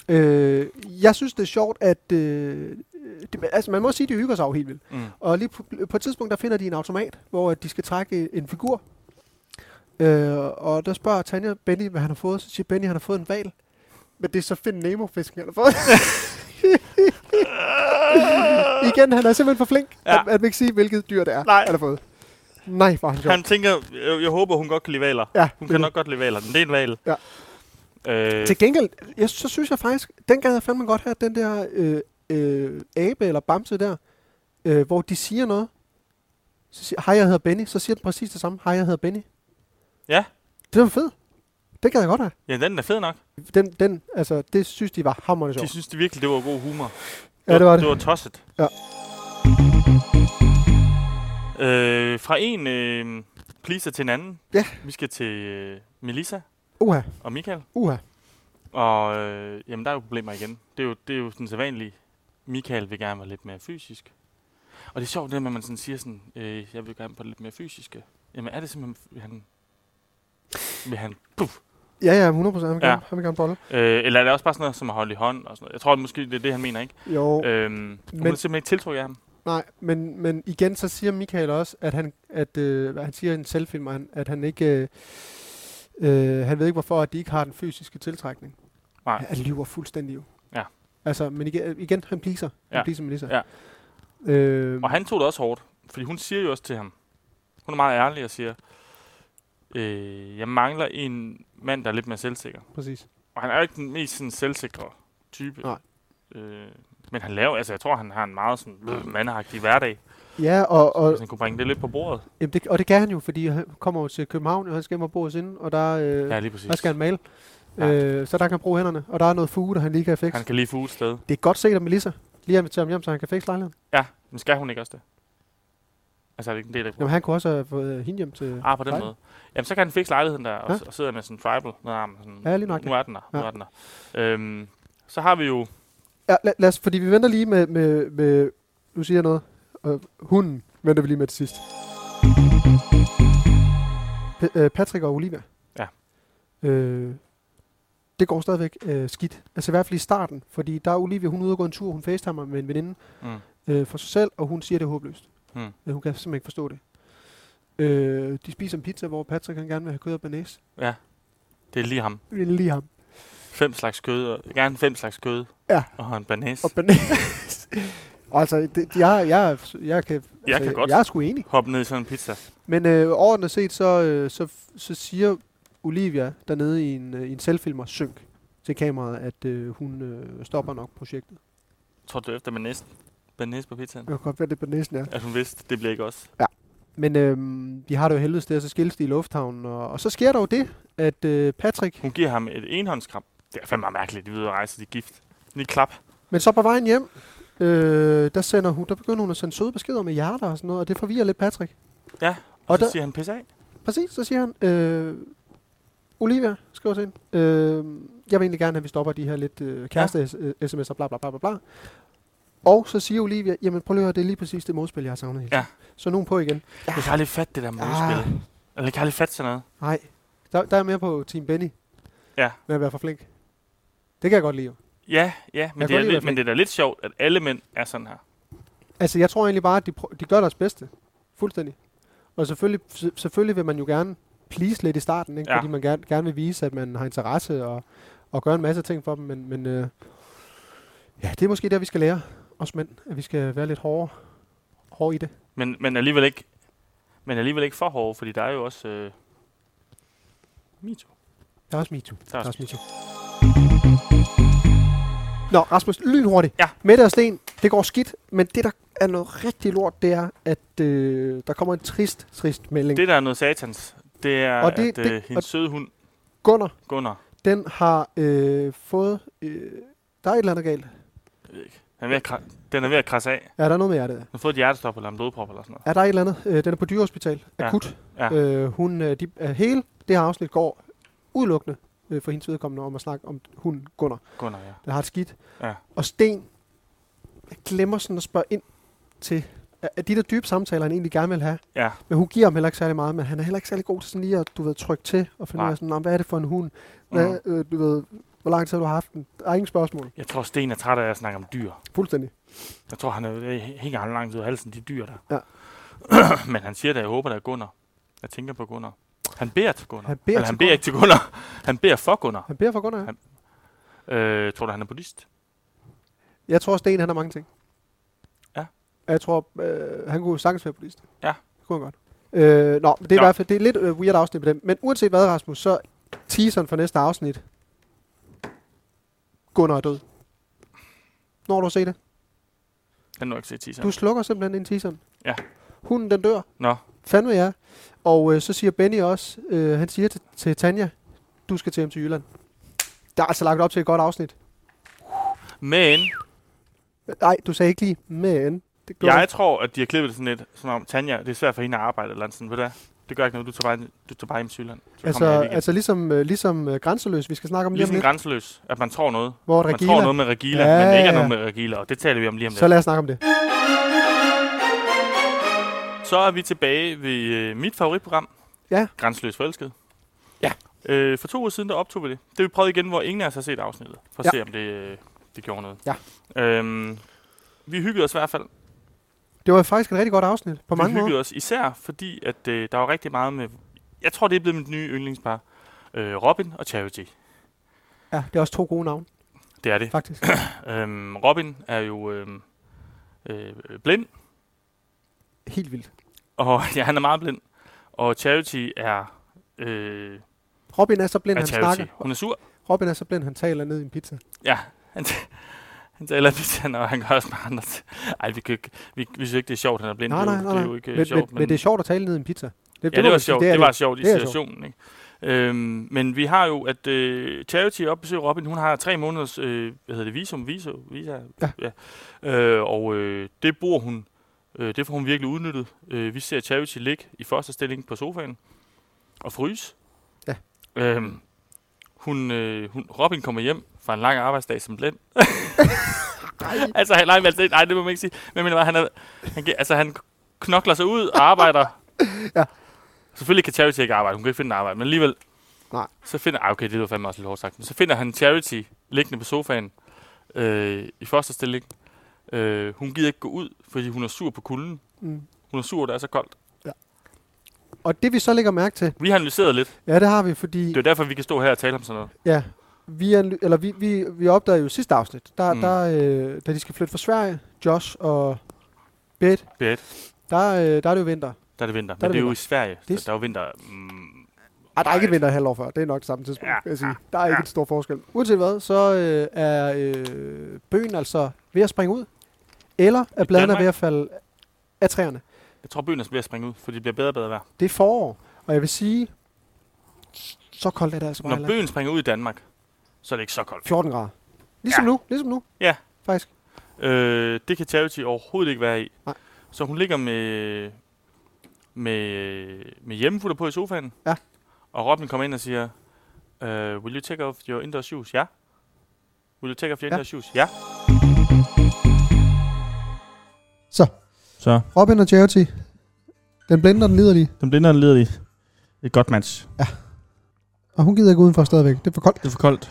[SPEAKER 4] pleaser. Ja. Øh, jeg synes, det er sjovt, at... Øh, det, altså, man må sige, at de hygger sig jo helt vildt.
[SPEAKER 3] Mm. (laughs)
[SPEAKER 4] Og lige på, på et tidspunkt, der finder de en automat, hvor at de skal trække en figur. Øh, og der spørger Tanja Benny, hvad han har fået. Så siger Benny, han har fået en val. Men det er så Finn Nemo-fisken, han har
[SPEAKER 3] (laughs)
[SPEAKER 4] fået. Igen, han er simpelthen for flink. Ja.
[SPEAKER 3] Ja.
[SPEAKER 4] Han, han vil ikke sige, hvilket dyr det er,
[SPEAKER 3] Nej.
[SPEAKER 4] han har fået. Nej, hvor er han sjov.
[SPEAKER 3] Han tænker, jeg, jeg håber, hun godt kan lide valer.
[SPEAKER 4] ja,
[SPEAKER 3] Hun
[SPEAKER 4] det er
[SPEAKER 3] kan
[SPEAKER 4] det.
[SPEAKER 3] nok godt lide valer, men det er en val.
[SPEAKER 4] Mm. Ja.
[SPEAKER 3] Øh,
[SPEAKER 4] Til gengæld, jeg, så synes jeg faktisk, den gad jeg fandme godt have, den der øh, øh, abe eller bamse der, øh, hvor de siger noget. Så siger, hej, jeg hedder Benny. Så siger den præcis det samme. Hej, jeg hedder Benny.
[SPEAKER 3] Ja.
[SPEAKER 4] Det var fedt. Det gad jeg godt have.
[SPEAKER 3] ja, den er fed nok.
[SPEAKER 4] Den, den, altså, det synes de var hammerende
[SPEAKER 3] De
[SPEAKER 4] sjovt.
[SPEAKER 3] synes det virkelig, det var god humor.
[SPEAKER 4] Ja, det var det.
[SPEAKER 3] Det var tosset.
[SPEAKER 4] Ja.
[SPEAKER 3] Øh, fra en øh, pleaser til en anden.
[SPEAKER 4] Ja.
[SPEAKER 3] Vi skal til øh, Melissa
[SPEAKER 4] Uha,
[SPEAKER 3] og Michael.
[SPEAKER 4] uha.
[SPEAKER 3] Og øh, jamen, der er jo problemer igen. Det er jo, det er jo sådan så vanligt. Michael vil gerne være lidt mere fysisk. Og det er sjovt, det der med, at man sådan siger sådan, øh, jeg vil gerne være lidt mere fysisk. Jamen er det simpelthen, vil han... Vil han... Puff.
[SPEAKER 4] Ja, ja, 100 procent. Han vil
[SPEAKER 3] Ja.
[SPEAKER 4] gerne, han vil gerne bolle.
[SPEAKER 3] Øh, eller er det også bare sådan noget som at holde i hånd og sådan noget? Jeg tror måske, det er det, han mener, ikke?
[SPEAKER 4] Jo, øh.
[SPEAKER 3] Øhm, men... Hun er
[SPEAKER 4] men-
[SPEAKER 3] simpelthen ikke tiltrukket af ham.
[SPEAKER 4] nej, men, men igen, så siger Michael også, at han, at, øh, hvad han siger i en selvfilm, at han, at han ikke... Øh, øh, han ved ikke, hvorfor at de ikke har den fysiske tiltrækning.
[SPEAKER 3] Nej.
[SPEAKER 4] Han lyver fuldstændig jo.
[SPEAKER 3] Ja.
[SPEAKER 4] Altså, men igen, igen han pleaser. Han
[SPEAKER 3] Ja.
[SPEAKER 4] pleaser Melissa. Ja. Øh,
[SPEAKER 3] Og han tog det også hårdt, fordi hun siger jo også til ham, hun er meget ærlig og siger, øh, jeg mangler en mand, der er lidt mere selvsikker.
[SPEAKER 4] Præcis.
[SPEAKER 3] Og han er jo ikke den mest sådan, selvsikre type.
[SPEAKER 4] Nej.
[SPEAKER 3] Øh, men han laver, altså jeg tror, han har en meget sådan øh, mandagtig hverdag,
[SPEAKER 4] Ja, og, og,
[SPEAKER 3] hvis han kunne bringe det lidt på bordet.
[SPEAKER 4] jamen det, og det kan han jo, fordi han kommer jo til København, og han skal hjem og bo hos hende, og der, øh,
[SPEAKER 3] Ja,
[SPEAKER 4] ja,
[SPEAKER 3] lige præcis.
[SPEAKER 4] der skal han male.
[SPEAKER 3] Ja.
[SPEAKER 4] Øh, så der kan han bruge hænderne, og der er noget fuge, der han lige kan fikse.
[SPEAKER 3] Han kan lige få ud et sted.
[SPEAKER 4] Det er godt set af Melissa. Lige at invitere ham hjem, så han kan fikse lejligheden.
[SPEAKER 3] Ja, men skal hun ikke også det? Altså er det ikke en del af
[SPEAKER 4] Jamen, han kunne også have fået øh, hende hjem til...
[SPEAKER 3] Ah, på den
[SPEAKER 4] lejligheden.
[SPEAKER 3] måde. Jamen, så kan han fikse lejligheden der, og,
[SPEAKER 4] Ja.
[SPEAKER 3] ja. og sidder med sådan en tribal med armen. Sådan,
[SPEAKER 4] Ja, lige nok
[SPEAKER 3] Nu er den der, ja. nu
[SPEAKER 4] Ja.
[SPEAKER 3] er den der. Øhm, så har vi jo...
[SPEAKER 4] Ja, lad, lad os, fordi vi venter lige med, med, med nu siger jeg noget, og hunden venter vi lige med til sidst. P- øh, Patrick og Olivia.
[SPEAKER 3] Ja.
[SPEAKER 4] Øh, det går stadigvæk øh, skidt. Altså i hvert fald i starten, fordi der er Olivia, hun er ude og gå en tur, hun facetimer med en veninde
[SPEAKER 3] Mm,
[SPEAKER 4] øh, for sig selv, og hun siger, det er håbløst.
[SPEAKER 3] mm,
[SPEAKER 4] Men hun kan simpelthen ikke forstå det. Øh, de spiser en pizza, hvor Patrick han gerne vil have kød og banæs.
[SPEAKER 3] ja, det er lige ham.
[SPEAKER 4] Det er lige ham.
[SPEAKER 3] Fem slags kød, og gerne fem slags kød.
[SPEAKER 4] Ja.
[SPEAKER 3] Og har en banæs.
[SPEAKER 4] Og banæs. Og altså, det, jeg, jeg, jeg, kan,
[SPEAKER 3] Jeg
[SPEAKER 4] altså,
[SPEAKER 3] kan godt.
[SPEAKER 4] jeg er sgu enig.
[SPEAKER 3] Hoppe ned i sådan en pizza.
[SPEAKER 4] Men øh, overordnet set, så, øh, så, så siger Olivia dernede i en, øh, i en selvfilmer, synk til kameraet, at øh, hun øh, stopper nok projektet.
[SPEAKER 3] Tror du efter med næsten? Banæs på pizzaen?
[SPEAKER 4] Jeg kan godt være det på næsten, ja.
[SPEAKER 3] At hun vidste, det bliver ikke os.
[SPEAKER 4] Men øh, de har det jo helvedes der, så skilles de i lufthavnen, og, og så sker der jo det, at øh, Patrick,
[SPEAKER 3] Hun giver ham et enhåndskram. Det er fandme mærkeligt, de er ude at rejse, de er gift. Lige klap.
[SPEAKER 4] men så på vejen hjem, øh, der, sender hun, der begynder hun at sende søde beskeder med hjerter og sådan noget, og det forvirrer lidt Patrick.
[SPEAKER 3] Og,
[SPEAKER 4] Og
[SPEAKER 3] så
[SPEAKER 4] der-
[SPEAKER 3] siger han pisse af.
[SPEAKER 4] Præcis, så siger han, øh, Olivia, skriver til hende, øh, jeg vil egentlig gerne, at vi stopper de her lidt øh, kæreste-sms'er, bla bla bla bla bla. Og så siger Olivia, jamen prøv lige at høre, det er lige præcis det modspil, jeg har savnet hele
[SPEAKER 3] Ja.
[SPEAKER 4] tiden." Så er nogen på igen.
[SPEAKER 3] Jeg kan aldrig fatte det der modspil.
[SPEAKER 4] Ah.
[SPEAKER 3] Eller jeg kan aldrig fatte sådan noget.
[SPEAKER 4] Nej, der, der er jeg mere på Team Benny.
[SPEAKER 3] Ja.
[SPEAKER 4] Med at være for flink. Det kan jeg godt lide. jo.
[SPEAKER 3] Ja, ja, men,
[SPEAKER 4] Jeg kan
[SPEAKER 3] det er,
[SPEAKER 4] godt lide
[SPEAKER 3] lidt,
[SPEAKER 4] at
[SPEAKER 3] men det er da lidt sjovt, at alle mænd er sådan her.
[SPEAKER 4] Altså, jeg tror egentlig bare, at de, prø- de gør deres bedste. Fuldstændig. Og selvfølgelig, s- selvfølgelig vil man jo gerne please lidt i starten, ikke?
[SPEAKER 3] Ja.
[SPEAKER 4] Ja. fordi man gerne, gerne vil vise, at man har interesse og, og gøre en masse ting for dem. Men, men øh, ja, det er måske der, vi skal lære os mænd, at vi skal være lidt hårdere, hårde i det.
[SPEAKER 3] Men, men alligevel ikke men alligevel ikke for hårde, fordi der er jo også... Øh, Mito.
[SPEAKER 4] Der er også MeToo.
[SPEAKER 3] Der er også
[SPEAKER 4] MeToo. Nå, Rasmus, lynhurtigt.
[SPEAKER 3] Ja.
[SPEAKER 4] Mette og Sten, det går skidt, men det, der er noget rigtig lort, det er, at øh, der kommer en trist, trist melding. Det.
[SPEAKER 3] Det, der er noget satans, det er,
[SPEAKER 4] Og det-
[SPEAKER 3] at
[SPEAKER 4] det-
[SPEAKER 3] øh, hendes søde hund,
[SPEAKER 4] Gunnar,
[SPEAKER 3] Gunnar,
[SPEAKER 4] den har øh, fået... Øh, der er et eller andet galt.
[SPEAKER 3] jeg ved ikke, han er ved at kra- den er ved at krasse af.
[SPEAKER 4] Er der noget med hjertet?
[SPEAKER 3] Hun har fået et hjertestop eller en blodprop eller sådan noget.
[SPEAKER 4] Er der et eller andet? Øh, den er på dyrehospital.
[SPEAKER 3] Ja.
[SPEAKER 4] Akut.
[SPEAKER 3] Ja.
[SPEAKER 4] Øh, hun, øh, de, øh, hele det her afsnit går udelukkende øh, for hendes vedkommende om at snakke om hun Gunnar.
[SPEAKER 3] Gunnar, ja.
[SPEAKER 4] der har et skidt.
[SPEAKER 3] Ja.
[SPEAKER 4] Og Sten glemmer sådan at spørge ind til, er- er de der dybe samtaler, han egentlig gerne vil have.
[SPEAKER 3] Ja,
[SPEAKER 4] Men hun giver ham heller ikke særlig meget, men han er heller ikke særlig god til sådan lige at, du ved, trykke til og finde ud
[SPEAKER 3] Nej. Mhm.
[SPEAKER 4] af sådan, "Nå, hvad er det for en hund? Hvad, øh, du ved, hvor lang tid har du haft den? Der er ingen spørgsmål.
[SPEAKER 3] jeg tror, Sten er træt af at snakke om dyr.
[SPEAKER 4] Fuldstændig.
[SPEAKER 3] Jeg tror, han er, det hænger han langt ud af halsen, de dyr der.
[SPEAKER 4] Ja.
[SPEAKER 3] (clears throat) Men han siger da, jeg håber, der er Gunnar. Jeg tænker på Gunnar. Han beder til Gunnar.
[SPEAKER 4] Han beder til
[SPEAKER 3] Eller han beder
[SPEAKER 4] Gunnar.
[SPEAKER 3] ikke til Gunnar. (laughs) Han beder for Gunnar.
[SPEAKER 4] Han beder for Gunnar.
[SPEAKER 3] Han- Øh, tror du, han er buddhist?
[SPEAKER 4] Jeg tror, Sten han har mange ting.
[SPEAKER 3] Ja.
[SPEAKER 4] Og Jeg tror, øh, han kunne sagtens være politist.
[SPEAKER 3] Ja.
[SPEAKER 4] Det kunne han godt. Øh, nå, men det er
[SPEAKER 3] Nå.
[SPEAKER 4] i hvert fald det er lidt øh, weird afsnit med dem. Men uanset hvad, Rasmus, så teaseren for næste afsnit. Gunnar er død. Når du har set det.
[SPEAKER 3] Han nu ikke se teaseren.
[SPEAKER 4] Du slukker simpelthen ind i teaseren.
[SPEAKER 3] Ja.
[SPEAKER 4] Hunden, den dør.
[SPEAKER 3] Nå,
[SPEAKER 4] Fandme ja. Og øh, så siger Benny også, øh, han siger til, til Tanja, du skal til hjem til Jylland. Der er altså lagt op til et godt afsnit.
[SPEAKER 3] men
[SPEAKER 4] Nej, du sagde ikke lige, men... Det gjorde
[SPEAKER 3] jeg tror, at de har klippet det sådan lidt, som om Tanja, det er svært for hende at arbejde eller andet sådan, ved du hvad? Det gør ikke noget, du tager bare, du tager bare hjem til Jylland. Så
[SPEAKER 4] Altså,
[SPEAKER 3] kommer jeg lige igen.
[SPEAKER 4] altså ligesom, øh, ligesom øh, grænseløs, vi skal snakke om lige om
[SPEAKER 3] Ligesom
[SPEAKER 4] lidt,
[SPEAKER 3] grænseløs, at man tror noget.
[SPEAKER 4] hvor
[SPEAKER 3] Man tror
[SPEAKER 4] Regina,
[SPEAKER 3] noget med Regila,
[SPEAKER 4] Ja,
[SPEAKER 3] ja, men det ikke er
[SPEAKER 4] ja,
[SPEAKER 3] noget med Regila, og det taler vi om lige om lidt.
[SPEAKER 4] så lad os snakke om det.
[SPEAKER 3] Så er vi tilbage ved øh, mit favoritprogram.
[SPEAKER 4] Ja.
[SPEAKER 3] Grænseløs forelsket.
[SPEAKER 4] Ja.
[SPEAKER 3] Øh, for to uger siden, der optog vi det. Det har vi prøvet igen, hvor ingen af os har set afsnittet. For at
[SPEAKER 4] Ja.
[SPEAKER 3] se, om det, øh, det gjorde noget.
[SPEAKER 4] Ja.
[SPEAKER 3] Øhm, vi hyggede os i hvert fald.
[SPEAKER 4] Det var faktisk et rigtig godt afsnit, på mange
[SPEAKER 3] vi hyggede
[SPEAKER 4] måder.
[SPEAKER 3] os især, fordi at, øh, der var rigtig meget med... Jeg tror, det er blevet mit nye yndlingspar. Øh, Robin og Charity.
[SPEAKER 4] Ja, det er også to gode navne,
[SPEAKER 3] Det er det.
[SPEAKER 4] faktisk.
[SPEAKER 3] Øhm, Robin er jo øhm, øh, blind,
[SPEAKER 4] Helt vildt.
[SPEAKER 3] og (laughs) ja, han er meget blind. Og Charity er... Øh,
[SPEAKER 4] Robin er så blind,
[SPEAKER 3] er
[SPEAKER 4] han
[SPEAKER 3] Charity.
[SPEAKER 4] snakker.
[SPEAKER 3] Hun er sur.
[SPEAKER 4] Robin er så blind, han taler ned i en pizza.
[SPEAKER 3] Ja, han, t- han taler pizzaen, og han gør også mange andre ting. Ej, vi, kan, ikke- vi, vi synes ikke, det er sjovt, han er blind.
[SPEAKER 4] Nej,
[SPEAKER 3] det, er jo-
[SPEAKER 4] nej, nej.
[SPEAKER 3] det er jo ikke
[SPEAKER 4] Men,
[SPEAKER 3] øh, sjovt.
[SPEAKER 4] men, men det er sjovt at tale ned i en pizza. Det,
[SPEAKER 3] ja, det var sjovt. Det, var sjovt i
[SPEAKER 4] Det er sjovt.
[SPEAKER 3] situationen. Ikke? Øhm, men vi har jo, at øh, Charity op besøger Robin. Hun har tre måneders øh, hvad hedder det, visum, visa, visa
[SPEAKER 4] Ja.
[SPEAKER 3] ja. Øh, og øh, det bruger hun. Øh, det får hun virkelig udnyttet. Øh, vi ser Charity ligge i første stilling på sofaen og fryse.
[SPEAKER 4] Ja.
[SPEAKER 3] Øhm, hun, øh, hun, Robin kommer hjem fra en lang arbejdsdag
[SPEAKER 4] (laughs)
[SPEAKER 3] som blind. altså, han- nej, men altså, nej, det må man ikke sige. Men jeg mener, bare, han, er, han, gi- altså, han knokler sig ud og arbejder.
[SPEAKER 4] Ja.
[SPEAKER 3] Selvfølgelig kan Charity ikke arbejde. Hun kan ikke finde et arbejde, men alligevel.
[SPEAKER 4] Nej.
[SPEAKER 3] Så finder, ah, okay, det var fandme også lidt hårdt sagt. Men så finder han Charity liggende på sofaen øh, i første stilling. Øh, hun gider ikke gå ud, fordi hun er sur på kulden.
[SPEAKER 4] Mm.
[SPEAKER 3] Hun er sur, der er så koldt.
[SPEAKER 4] Og det vi så lægger mærke til,
[SPEAKER 3] Vi har analyseret lidt.
[SPEAKER 4] ja, det har vi, fordi...
[SPEAKER 3] Det er derfor, vi kan stå her og tale om sådan noget.
[SPEAKER 4] Ja, vi, anly- eller vi, vi, vi opdagede jo sidste afsnit, der,
[SPEAKER 3] Mm.
[SPEAKER 4] mm. der, øh, da de skal flytte fra Sverige, Josh og Bette,
[SPEAKER 3] Bedt,
[SPEAKER 4] der, øh, der er det jo vinter.
[SPEAKER 3] der er det vinter. Men
[SPEAKER 4] Der er
[SPEAKER 3] det
[SPEAKER 4] det
[SPEAKER 3] er jo i
[SPEAKER 4] vinter.
[SPEAKER 3] Sverige,
[SPEAKER 4] Det er
[SPEAKER 3] så der er jo vinter. Mm,
[SPEAKER 4] Ej, der er ikke et vinter et halvt år før. Det er nok samme tidspunkt,
[SPEAKER 3] Ja,
[SPEAKER 4] ja, vil jeg sige. Der er ikke en stor forskel. Uanset hvad, så øh, er øh, bøgen altså ved at springe ud, eller er
[SPEAKER 3] I
[SPEAKER 4] bladene
[SPEAKER 3] Danmark?
[SPEAKER 4] ved at falde af træerne.
[SPEAKER 3] jeg tror, byen er ved at springe ud, for det bliver bedre og bedre vejr.
[SPEAKER 4] Det er forår, og jeg vil sige, så koldt er det altså bare
[SPEAKER 3] Når
[SPEAKER 4] heller ikke.
[SPEAKER 3] byen springer ud i Danmark, så er det ikke så koldt.
[SPEAKER 4] 14 grader. Ligesom ja. nu, ligesom nu.
[SPEAKER 3] Ja.
[SPEAKER 4] Faktisk.
[SPEAKER 3] Øh, det kan Charity overhovedet ikke være i.
[SPEAKER 4] Nej.
[SPEAKER 3] Så hun ligger med, med, med hjemmefutter på i sofaen.
[SPEAKER 4] Ja.
[SPEAKER 3] Og Robin kommer ind og siger, uh, Will you take off your indoor shoes? Ja. Will you take off your
[SPEAKER 4] Ja.
[SPEAKER 3] indoor shoes? Ja.
[SPEAKER 5] Så,
[SPEAKER 4] Robin og Charity, den blænder den liderlige,
[SPEAKER 3] Den blinder leder i et godt match.
[SPEAKER 4] og hun gider ikke udenfor stadigvæk. Det er for koldt.
[SPEAKER 5] det er for koldt.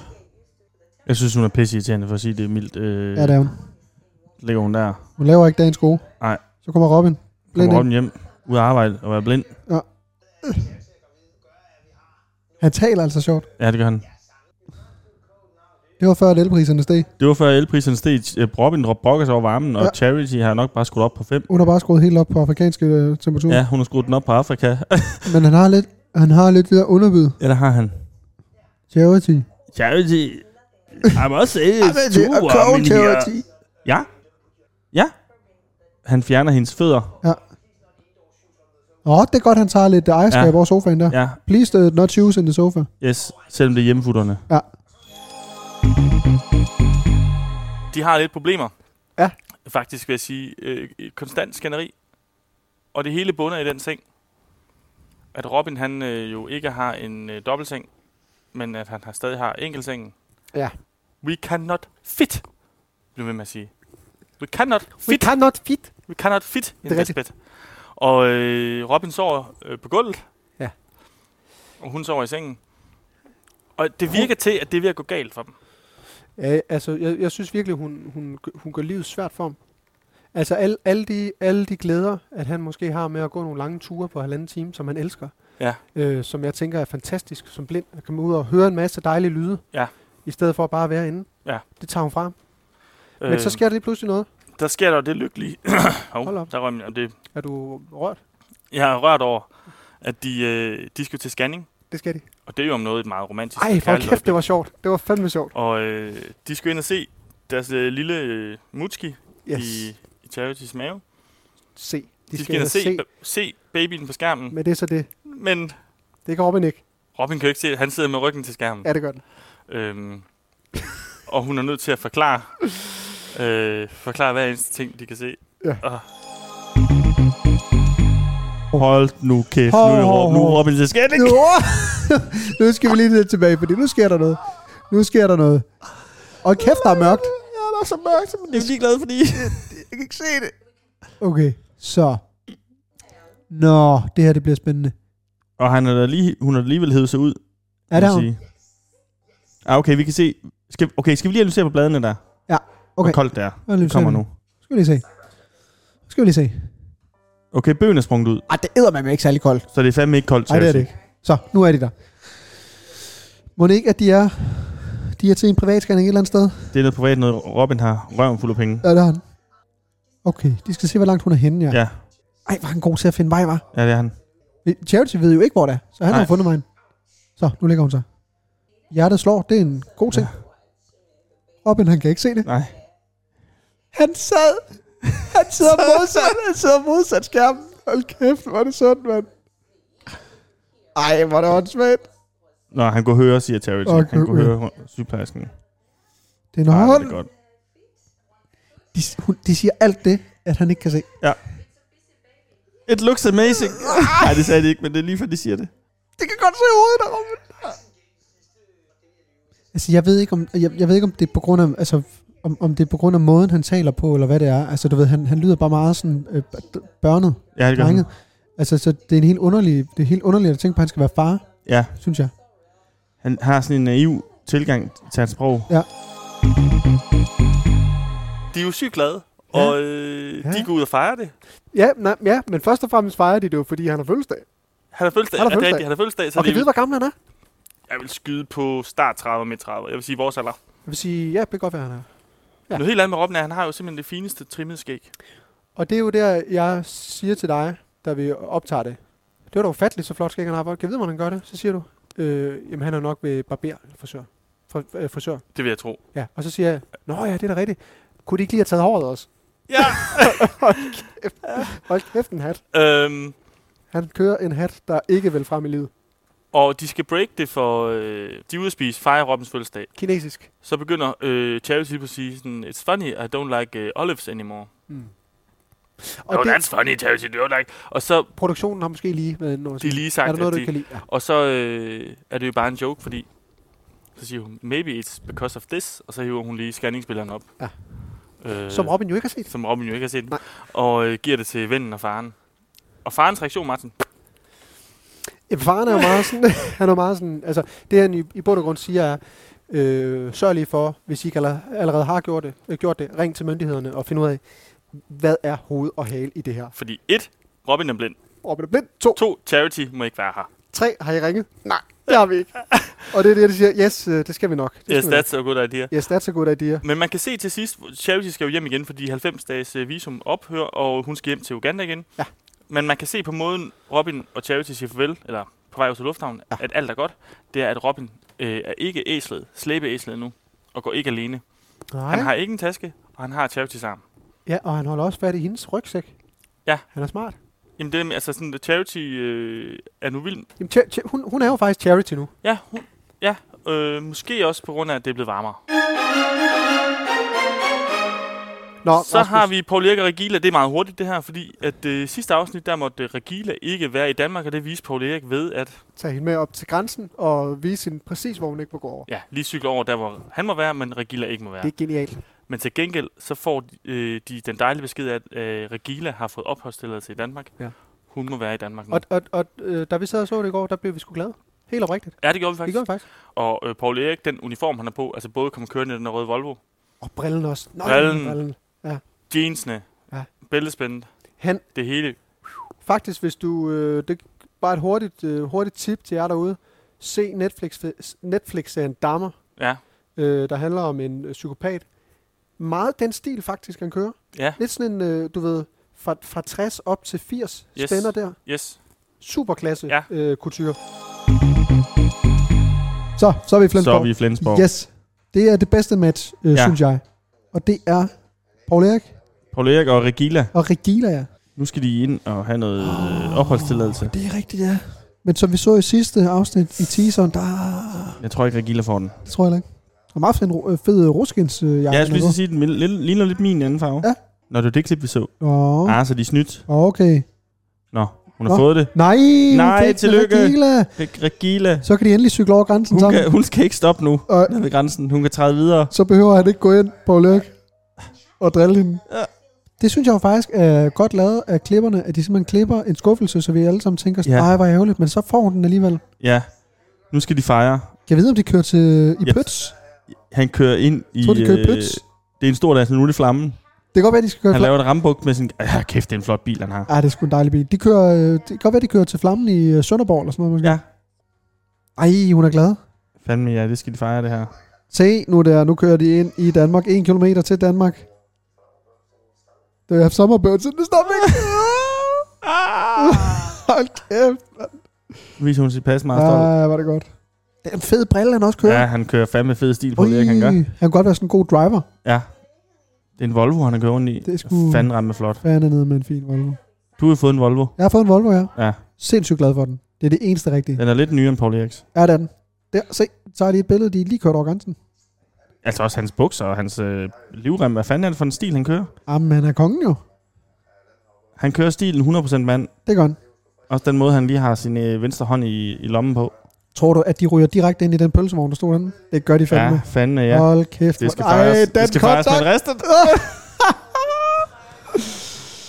[SPEAKER 5] Jeg synes, hun er pisse irriterende, for at sige det mildt.
[SPEAKER 3] Mm.
[SPEAKER 5] Øh,
[SPEAKER 4] Ja, det er hun.
[SPEAKER 5] Ligger hun der.
[SPEAKER 4] Hun laver ikke dagens gode.
[SPEAKER 5] Nej.
[SPEAKER 4] Så kommer Robin. Blind Robin.
[SPEAKER 5] Kommer Robin hjem, ud af arbejde og er blind.
[SPEAKER 4] Han taler altså sjovt.
[SPEAKER 5] Ja, det gør han.
[SPEAKER 4] Det var før, at elpriserne steg.
[SPEAKER 5] Det var før elpriserne steg. Øh, Robin brokker sig over varmen, og
[SPEAKER 4] Ja. Mm.
[SPEAKER 5] Charity har nok bare skruet op på 5.
[SPEAKER 4] Hun har bare skruet helt op på afrikanske øh, temperaturer.
[SPEAKER 5] Ja, hun har skruet den op på
[SPEAKER 4] (laughs)
[SPEAKER 5] Afrika.
[SPEAKER 4] Men han har lidt, han har lidt det der underbid.
[SPEAKER 5] ja, der har han.
[SPEAKER 4] Charity.
[SPEAKER 5] Charity, I must say, it's too warm in here. Ja. Ja. Han fjerner hendes fødder.
[SPEAKER 4] Åh, oh, det er godt, han tager lidt øh, ejerskab
[SPEAKER 5] Ja.
[SPEAKER 4] ja. over sofaen der. Ja.
[SPEAKER 5] Ja,
[SPEAKER 4] Please uh, not choose in the sofa.
[SPEAKER 5] yes. Selvom det er hjemmefutterne.
[SPEAKER 3] De har lidt problemer.
[SPEAKER 4] Ja.
[SPEAKER 3] Faktisk vil jeg sige, øh, et konstant skænderi. Og det hele bunder i den ting, at Robin han øh, jo ikke har en øh, dobbeltseng, men at han har stadig har enkeltsengen.
[SPEAKER 4] Ja.
[SPEAKER 3] We cannot fit, blev ved med at sige. We cannot fit.
[SPEAKER 4] We cannot fit.
[SPEAKER 3] We cannot fit in
[SPEAKER 4] Det er
[SPEAKER 3] this bed. Og øh, Robin sover øh, på gulvet.
[SPEAKER 4] Ja.
[SPEAKER 3] Og hun sover i sengen. Og det virker til, at det er ved at gå galt for dem.
[SPEAKER 4] Ja, altså, jeg, jeg synes virkelig, hun, hun, hun gør livet svært for ham. Altså, alle, alle, de, alle de glæder, at han måske har med at gå nogle lange ture på halvanden time, som han elsker.
[SPEAKER 3] Ja.
[SPEAKER 4] Øh, som jeg tænker er fantastisk som blind, at komme ud og høre en masse dejlige lyde.
[SPEAKER 3] Ja.
[SPEAKER 4] I stedet for bare at være inde.
[SPEAKER 3] Ja. Øh.
[SPEAKER 4] Det tager hun fra ham. Men så sker der lige pludselig noget.
[SPEAKER 3] der sker der jo det lykkelige. (clears throat) Hov,
[SPEAKER 4] Hold op.
[SPEAKER 3] Der røg min, og det,
[SPEAKER 4] Er du rørt?
[SPEAKER 3] jeg har rørt over, at de, øh, de skal til scanning.
[SPEAKER 4] Det skal de.
[SPEAKER 3] Og det er jo om noget et meget romantisk
[SPEAKER 4] Ej,
[SPEAKER 3] og
[SPEAKER 4] for
[SPEAKER 3] kærligt
[SPEAKER 4] kæft, det var sjovt. Det var fandme sjovt.
[SPEAKER 3] øjeblik. Og øh, de skal ind og se deres øh, lille øh, mutski yes. i, i Charity's mave.
[SPEAKER 4] Se.
[SPEAKER 3] De, de skal ind og se, se. se babyen på skærmen.
[SPEAKER 4] Men det er så det.
[SPEAKER 3] Men
[SPEAKER 4] Det kan Robin ikke.
[SPEAKER 3] Robin kan jo ikke se det. Han sidder med ryggen til skærmen.
[SPEAKER 4] Ja, det gør den.
[SPEAKER 3] Øhm, og hun er nødt til at forklare, øh, forklare hver eneste ting, de kan se.
[SPEAKER 4] Ja.
[SPEAKER 3] Og,
[SPEAKER 5] Hold nu kæft. Nu, er
[SPEAKER 4] Hov,
[SPEAKER 5] Rob-
[SPEAKER 4] hov,
[SPEAKER 5] nu
[SPEAKER 4] hov.
[SPEAKER 5] er Robin til skat.
[SPEAKER 4] Jo! (laughs) nu skal vi lige lidt tilbage, fordi nu sker der noget. Nu sker der noget. Og kæft, der er mørkt.
[SPEAKER 5] Ja, der er så mørkt, men jeg er lige glad, fordi... jeg kan ikke se det.
[SPEAKER 4] Okay, så. Nå, det her det bliver spændende.
[SPEAKER 5] Og han er da lige, hun har alligevel hævet sig ud.
[SPEAKER 4] Er det
[SPEAKER 5] må
[SPEAKER 4] hun?
[SPEAKER 5] jeg sige. Ah, okay, vi kan se... Skal, okay, skal vi lige analysere på bladene der?
[SPEAKER 4] Ja, okay.
[SPEAKER 5] Hvor koldt det er.
[SPEAKER 4] Hvad er det, vi
[SPEAKER 5] Kommer
[SPEAKER 4] ser
[SPEAKER 5] nu.
[SPEAKER 4] Skal vi lige se. Skal vi lige se.
[SPEAKER 5] Okay, bøgen er sprunget ud,
[SPEAKER 4] Ej, det æder man ikke særlig koldt.
[SPEAKER 5] så det er fandme ikke koldt.
[SPEAKER 4] Nej, det er det ikke. Så, nu er de der. Må det ikke, at de er, de er til en privatscanning et eller andet sted?
[SPEAKER 5] Det er noget privat, noget Robin har røven fuld af penge.
[SPEAKER 4] Ja, der er han. Okay, de skal se, hvor langt hun er henne, ja.
[SPEAKER 5] Ja,
[SPEAKER 4] Ej, var han god til at finde vej, var.
[SPEAKER 5] ja det er han.
[SPEAKER 4] Charity ved jo ikke, hvor det er, så han har
[SPEAKER 5] Nej.
[SPEAKER 4] jo fundet vejen. Så, nu ligger hun sig. Hjertet slår, det er en god ting. Robin, han kan ikke se det.
[SPEAKER 5] Nej.
[SPEAKER 4] Han sad... Han sidder modsat, han sidder modsat skærmen. Hold kæft, hvor er det sundt, mand. Ej, hvor er det åndssvagt.
[SPEAKER 5] Nå, han kunne høre, siger Charity.
[SPEAKER 4] Okay,
[SPEAKER 5] han kunne
[SPEAKER 4] ja.
[SPEAKER 5] høre sygeplejersken.
[SPEAKER 4] Det er en
[SPEAKER 5] Ej,
[SPEAKER 4] hånd.
[SPEAKER 5] det er godt.
[SPEAKER 4] De, hun, de siger alt det, at han ikke kan se.
[SPEAKER 5] It looks amazing. Nej, det sagde de ikke, men det er lige for, de siger det.
[SPEAKER 4] Det kan godt se hovedet af Robin. Altså, jeg ved ikke, om, jeg, jeg ved ikke, om det er på grund af... Altså, om, om det er på grund af måden, han taler på, eller hvad det er. Altså, du ved, han, han lyder bare meget sådan øh, b- børnet,
[SPEAKER 5] Ja, det gør han.
[SPEAKER 4] drenget. Altså, så det er en helt underlig, det er helt underligt at tænke på, at han skal være far,
[SPEAKER 5] Ja,
[SPEAKER 4] synes jeg.
[SPEAKER 5] han har sådan en naiv tilgang til hans sprog.
[SPEAKER 3] de er jo sygt glade,
[SPEAKER 4] Ja.
[SPEAKER 3] og øh,
[SPEAKER 4] Ja.
[SPEAKER 3] de går ud og fejrer det.
[SPEAKER 4] Ja, nej, ja, men først og fremmest fejrer de det jo, fordi han har fødselsdag.
[SPEAKER 3] Han har fødselsdag,
[SPEAKER 4] Han har
[SPEAKER 3] er det
[SPEAKER 4] fødselsdag.
[SPEAKER 3] rigtigt? Han har fødselsdag, så
[SPEAKER 4] og kan
[SPEAKER 3] de,
[SPEAKER 4] du vide, hvor gammel han er?
[SPEAKER 3] ja, jeg vil skyde på start 30 og midt 30. Jeg vil sige vores alder.
[SPEAKER 4] Jeg vil sige, ja, det kan godt være, han er. Ja.
[SPEAKER 3] Ja. Noget helt andet med Robben er, at han har jo simpelthen det fineste trimmede skæg.
[SPEAKER 4] Og det er jo der, jeg siger til dig, da vi optager det. Det var da ufatteligt, så flot skæg han har. Kan jeg vide, hvordan han gør det? Så siger du, øh, jamen han er nok ved barber, frisør. Fr- øh, frisør.
[SPEAKER 3] Det vil jeg tro.
[SPEAKER 4] Ja, og så siger jeg, nå ja, det er da rigtigt. Kunne de ikke lige have taget håret også?
[SPEAKER 3] Ja! (laughs)
[SPEAKER 4] Hold kæft en hat.
[SPEAKER 3] øhm,
[SPEAKER 4] Han kører en hat, der ikke vil frem i livet.
[SPEAKER 3] og de skal break det for... Øh, de er ude at spise, fejrer Robbens fødselsdag.
[SPEAKER 4] Kinesisk.
[SPEAKER 3] Så begynder øh, Charity på at sige sådan, It's funny, I don't like uh, olives anymore.
[SPEAKER 4] Mm. Og
[SPEAKER 3] Og oh,
[SPEAKER 4] det,
[SPEAKER 3] that's funny, Charity, you don't like... Og så
[SPEAKER 4] produktionen har måske lige været inde over.
[SPEAKER 3] de
[SPEAKER 4] sige,
[SPEAKER 3] har lige
[SPEAKER 4] er
[SPEAKER 3] sagt,
[SPEAKER 4] der noget,
[SPEAKER 3] at
[SPEAKER 4] du
[SPEAKER 3] de,
[SPEAKER 4] ikke kan lide? Ja.
[SPEAKER 3] Og så øh, er det jo bare en joke, fordi så siger hun, maybe it's because of this, og så hiver hun lige scanningsbillederne op.
[SPEAKER 4] Ja.
[SPEAKER 3] Øh,
[SPEAKER 4] Som Robin jo ikke har set.
[SPEAKER 3] som Robin jo ikke har set.
[SPEAKER 4] Nej.
[SPEAKER 3] Og øh, giver det til vennen og faren. Og farens reaktion, Martin,
[SPEAKER 4] Ja, faren er jo meget sådan, (laughs) han er meget sådan, altså det han i, i bund og grund siger er, øh, sørg lige for, hvis I ikke allerede- allerede har gjort det, øh, gjort det, ring til myndighederne og find ud af, hvad er hoved og hale i det her?
[SPEAKER 3] fordi et, Robin er blind.
[SPEAKER 4] Robin er blind. To,
[SPEAKER 3] To, Charity må ikke være her.
[SPEAKER 4] tre, har I ringet? Nej, det har vi ikke. og det er det, de siger, yes, øh, det skal vi nok. Det skal
[SPEAKER 3] Yes,
[SPEAKER 4] vi nok.
[SPEAKER 3] that's a good idea.
[SPEAKER 4] yes, that's a good idea.
[SPEAKER 3] Men man kan se til sidst, hvor Charity skal jo hjem igen, fordi 90-dages øh, visum ophører, og hun skal hjem til Uganda igen.
[SPEAKER 4] Ja.
[SPEAKER 3] Men man kan se på måden, Robin og Charity siger farvel, eller på vej ud til lufthavnen,
[SPEAKER 4] Ja.
[SPEAKER 3] ja. at alt er godt. Det er, at Robin øh, er ikke æslet, slæbeæslet nu, og går ikke alene.
[SPEAKER 4] Nej.
[SPEAKER 3] Han har ikke en taske, og han har Charity's arm.
[SPEAKER 4] Ja, og han holder også fat i hendes rygsæk.
[SPEAKER 3] Ja.
[SPEAKER 4] Han er smart.
[SPEAKER 3] Jamen det er, altså sådan, at Charity øh, er nu vild.
[SPEAKER 4] Jamen, cha- cha- hun, hun er jo faktisk charity nu.
[SPEAKER 3] Ja, hun, ja øh, måske også på grund af, at det er blevet varmere.
[SPEAKER 4] Nå,
[SPEAKER 3] Så
[SPEAKER 4] Rasmus,
[SPEAKER 3] har vi Paul Erik og Regila. Det er meget hurtigt det her, fordi at øh, sidste afsnit, der måtte øh, Regila ikke være i Danmark, og det viste Paul Erik ved, at
[SPEAKER 4] Tag hende med op til grænsen og vise hende præcis, hvor hun ikke må gå over.
[SPEAKER 3] ja, lige cykle over der, hvor han må være, men Regila ikke må være.
[SPEAKER 4] Det er genialt.
[SPEAKER 3] Men til gengæld, så får øh, de den dejlige besked, at øh, Regila har fået opholdstilladelse i Danmark.
[SPEAKER 4] Ja.
[SPEAKER 3] Hun må være i Danmark nu.
[SPEAKER 4] Og, og, og øh, da vi sad og så det i går, der blev vi sgu glade. Helt oprigtigt.
[SPEAKER 3] ja, det gjorde
[SPEAKER 4] Det
[SPEAKER 3] vi faktisk.
[SPEAKER 4] gjorde vi faktisk.
[SPEAKER 3] Og øh, Paul Erik, den uniform, han har på, altså både kommer kørende i den røde Volvo,
[SPEAKER 4] Og brillen også. Nå,
[SPEAKER 3] Brillen.
[SPEAKER 4] brillen.
[SPEAKER 3] jeansene,
[SPEAKER 4] Ja.
[SPEAKER 3] ja. bæltespændet,
[SPEAKER 4] Han,
[SPEAKER 3] det hele.
[SPEAKER 4] faktisk, hvis du... Øh, det bare et hurtigt, øh, hurtigt tip til jer derude. Se Netflix, Netflix-serien Dammer,
[SPEAKER 3] Ja,
[SPEAKER 4] øh, der handler om en øh, psykopat. Meget den stil, faktisk, han kører.
[SPEAKER 3] Ja.
[SPEAKER 4] Lidt sådan en, øh, du ved, fra, fra 60 op til 80 yes.
[SPEAKER 3] Yes.
[SPEAKER 4] spænder der.
[SPEAKER 3] yes.
[SPEAKER 4] Superklasse ja.
[SPEAKER 3] Ja.
[SPEAKER 4] øh, kultur. Så, så er vi i Flensborg.
[SPEAKER 3] i Flensborg.
[SPEAKER 4] Yes. Det er det bedste match, øh, ja.
[SPEAKER 3] Ja.
[SPEAKER 4] synes jeg. Og det er Paul Erik
[SPEAKER 3] Paul Erik og Regila,
[SPEAKER 4] og Regila, ja.
[SPEAKER 3] nu skal de ind og have noget
[SPEAKER 5] øh,
[SPEAKER 3] oh. opholdstilladelse.
[SPEAKER 4] Det er rigtigt, ja. Men som vi så i sidste afsnit i teaseren, der
[SPEAKER 3] Jeg tror ikke, Regilla får den.
[SPEAKER 4] det tror jeg heller ikke. Og meget fed, en ro- øh, fed øh, ruskins øh, jakke.
[SPEAKER 5] Ja, jeg skulle lige sige, den mil- lille- ligner lidt min anden farve.
[SPEAKER 4] Ja.
[SPEAKER 5] Nå, det var det klip, vi så.
[SPEAKER 4] Åh,
[SPEAKER 5] Ah, så de er snydt.
[SPEAKER 4] oh, okay.
[SPEAKER 5] Nå, hun har
[SPEAKER 4] Nå.
[SPEAKER 5] fået det.
[SPEAKER 4] Nej, hun
[SPEAKER 5] Nej,
[SPEAKER 4] fik den,
[SPEAKER 5] tillykke.
[SPEAKER 4] Regila.
[SPEAKER 5] Re- Regila,
[SPEAKER 4] Så kan de endelig cykle over grænsen
[SPEAKER 5] hun,
[SPEAKER 4] sammen.
[SPEAKER 5] kan, hun skal ikke stoppe nu.
[SPEAKER 4] Og
[SPEAKER 5] Nede ved grænsen. Hun kan træde videre.
[SPEAKER 4] så behøver han ikke gå ind, Paul Erik, og drille hende.
[SPEAKER 5] Ja.
[SPEAKER 4] Det synes jeg jo faktisk er godt lavet af klipperne, at de simpelthen klipper en skuffelse, så vi alle sammen tænker,
[SPEAKER 5] Ja.
[SPEAKER 4] nej, ja. hvor ærgerligt, men så får hun den alligevel.
[SPEAKER 5] Ja, nu skal de fejre.
[SPEAKER 4] Jeg ved, om de kører til i
[SPEAKER 5] Ja,
[SPEAKER 4] yes. Pøts.
[SPEAKER 5] Han kører ind i...
[SPEAKER 4] Jeg tror, de kører i
[SPEAKER 5] øh,
[SPEAKER 4] Pøts.
[SPEAKER 5] det er en stor dans, nu er det flammen.
[SPEAKER 4] Det kan godt være, de skal køre
[SPEAKER 5] Han
[SPEAKER 4] til...
[SPEAKER 5] laver et rambuk med sin... Ja, kæft, det er en flot bil, han har.
[SPEAKER 4] Ej, det er sgu en dejlig bil. De kører, øh, det kan godt være, de kører til Flammen i øh, Sønderborg eller sådan noget. Måske.
[SPEAKER 5] Ja.
[SPEAKER 4] Ej, hun er glad.
[SPEAKER 5] Fandme, ja, det skal de fejre, det her.
[SPEAKER 4] Se nu der, nu kører de ind i Danmark. En kilometer til Danmark. Det er sommerbøvn, så det stopper
[SPEAKER 5] (laughs)
[SPEAKER 4] ikke.
[SPEAKER 5] Ah.
[SPEAKER 4] Hold kæft.
[SPEAKER 5] Nu viser hun sit pas meget stolt.
[SPEAKER 4] Ej, var det godt. Det er en fed brille, han også kører.
[SPEAKER 5] Ja, han kører fandme fed stil på det, han gør.
[SPEAKER 4] han kan godt være sådan en god driver.
[SPEAKER 5] Ja. Det er en Volvo, han har kørt rundt i.
[SPEAKER 4] Det er sgu-
[SPEAKER 5] Fanden ramme flot.
[SPEAKER 4] Hvad er nede med en fin Volvo?
[SPEAKER 5] Du har jo fået en Volvo.
[SPEAKER 4] Jeg har fået en Volvo her.
[SPEAKER 5] Ja.
[SPEAKER 4] Sindssygt glad for den. Det er det eneste rigtige.
[SPEAKER 5] Den er lidt nyere end Paul Eriks.
[SPEAKER 4] Ja, det er den. Der, se, så er lige et billede, de er lige kørt over grænsen.
[SPEAKER 5] Altså også hans bukser og hans øh, livrem. Hvad fanden er det for en stil, han kører?
[SPEAKER 4] Jamen, han er kongen jo.
[SPEAKER 5] Han kører stilen 100% mand.
[SPEAKER 4] Det gør han.
[SPEAKER 5] Også den måde, han lige har sin øh, venstre hånd i, i lommen på.
[SPEAKER 4] Tror du, at de ryger direkte ind i den pølsevogn, der stod henne? Det gør de fandme.
[SPEAKER 5] Ja, fandme, ja.
[SPEAKER 4] Hold kæft.
[SPEAKER 5] Det skal
[SPEAKER 4] hvor-
[SPEAKER 5] fejres.
[SPEAKER 4] den
[SPEAKER 5] det skal fejres med en ristet.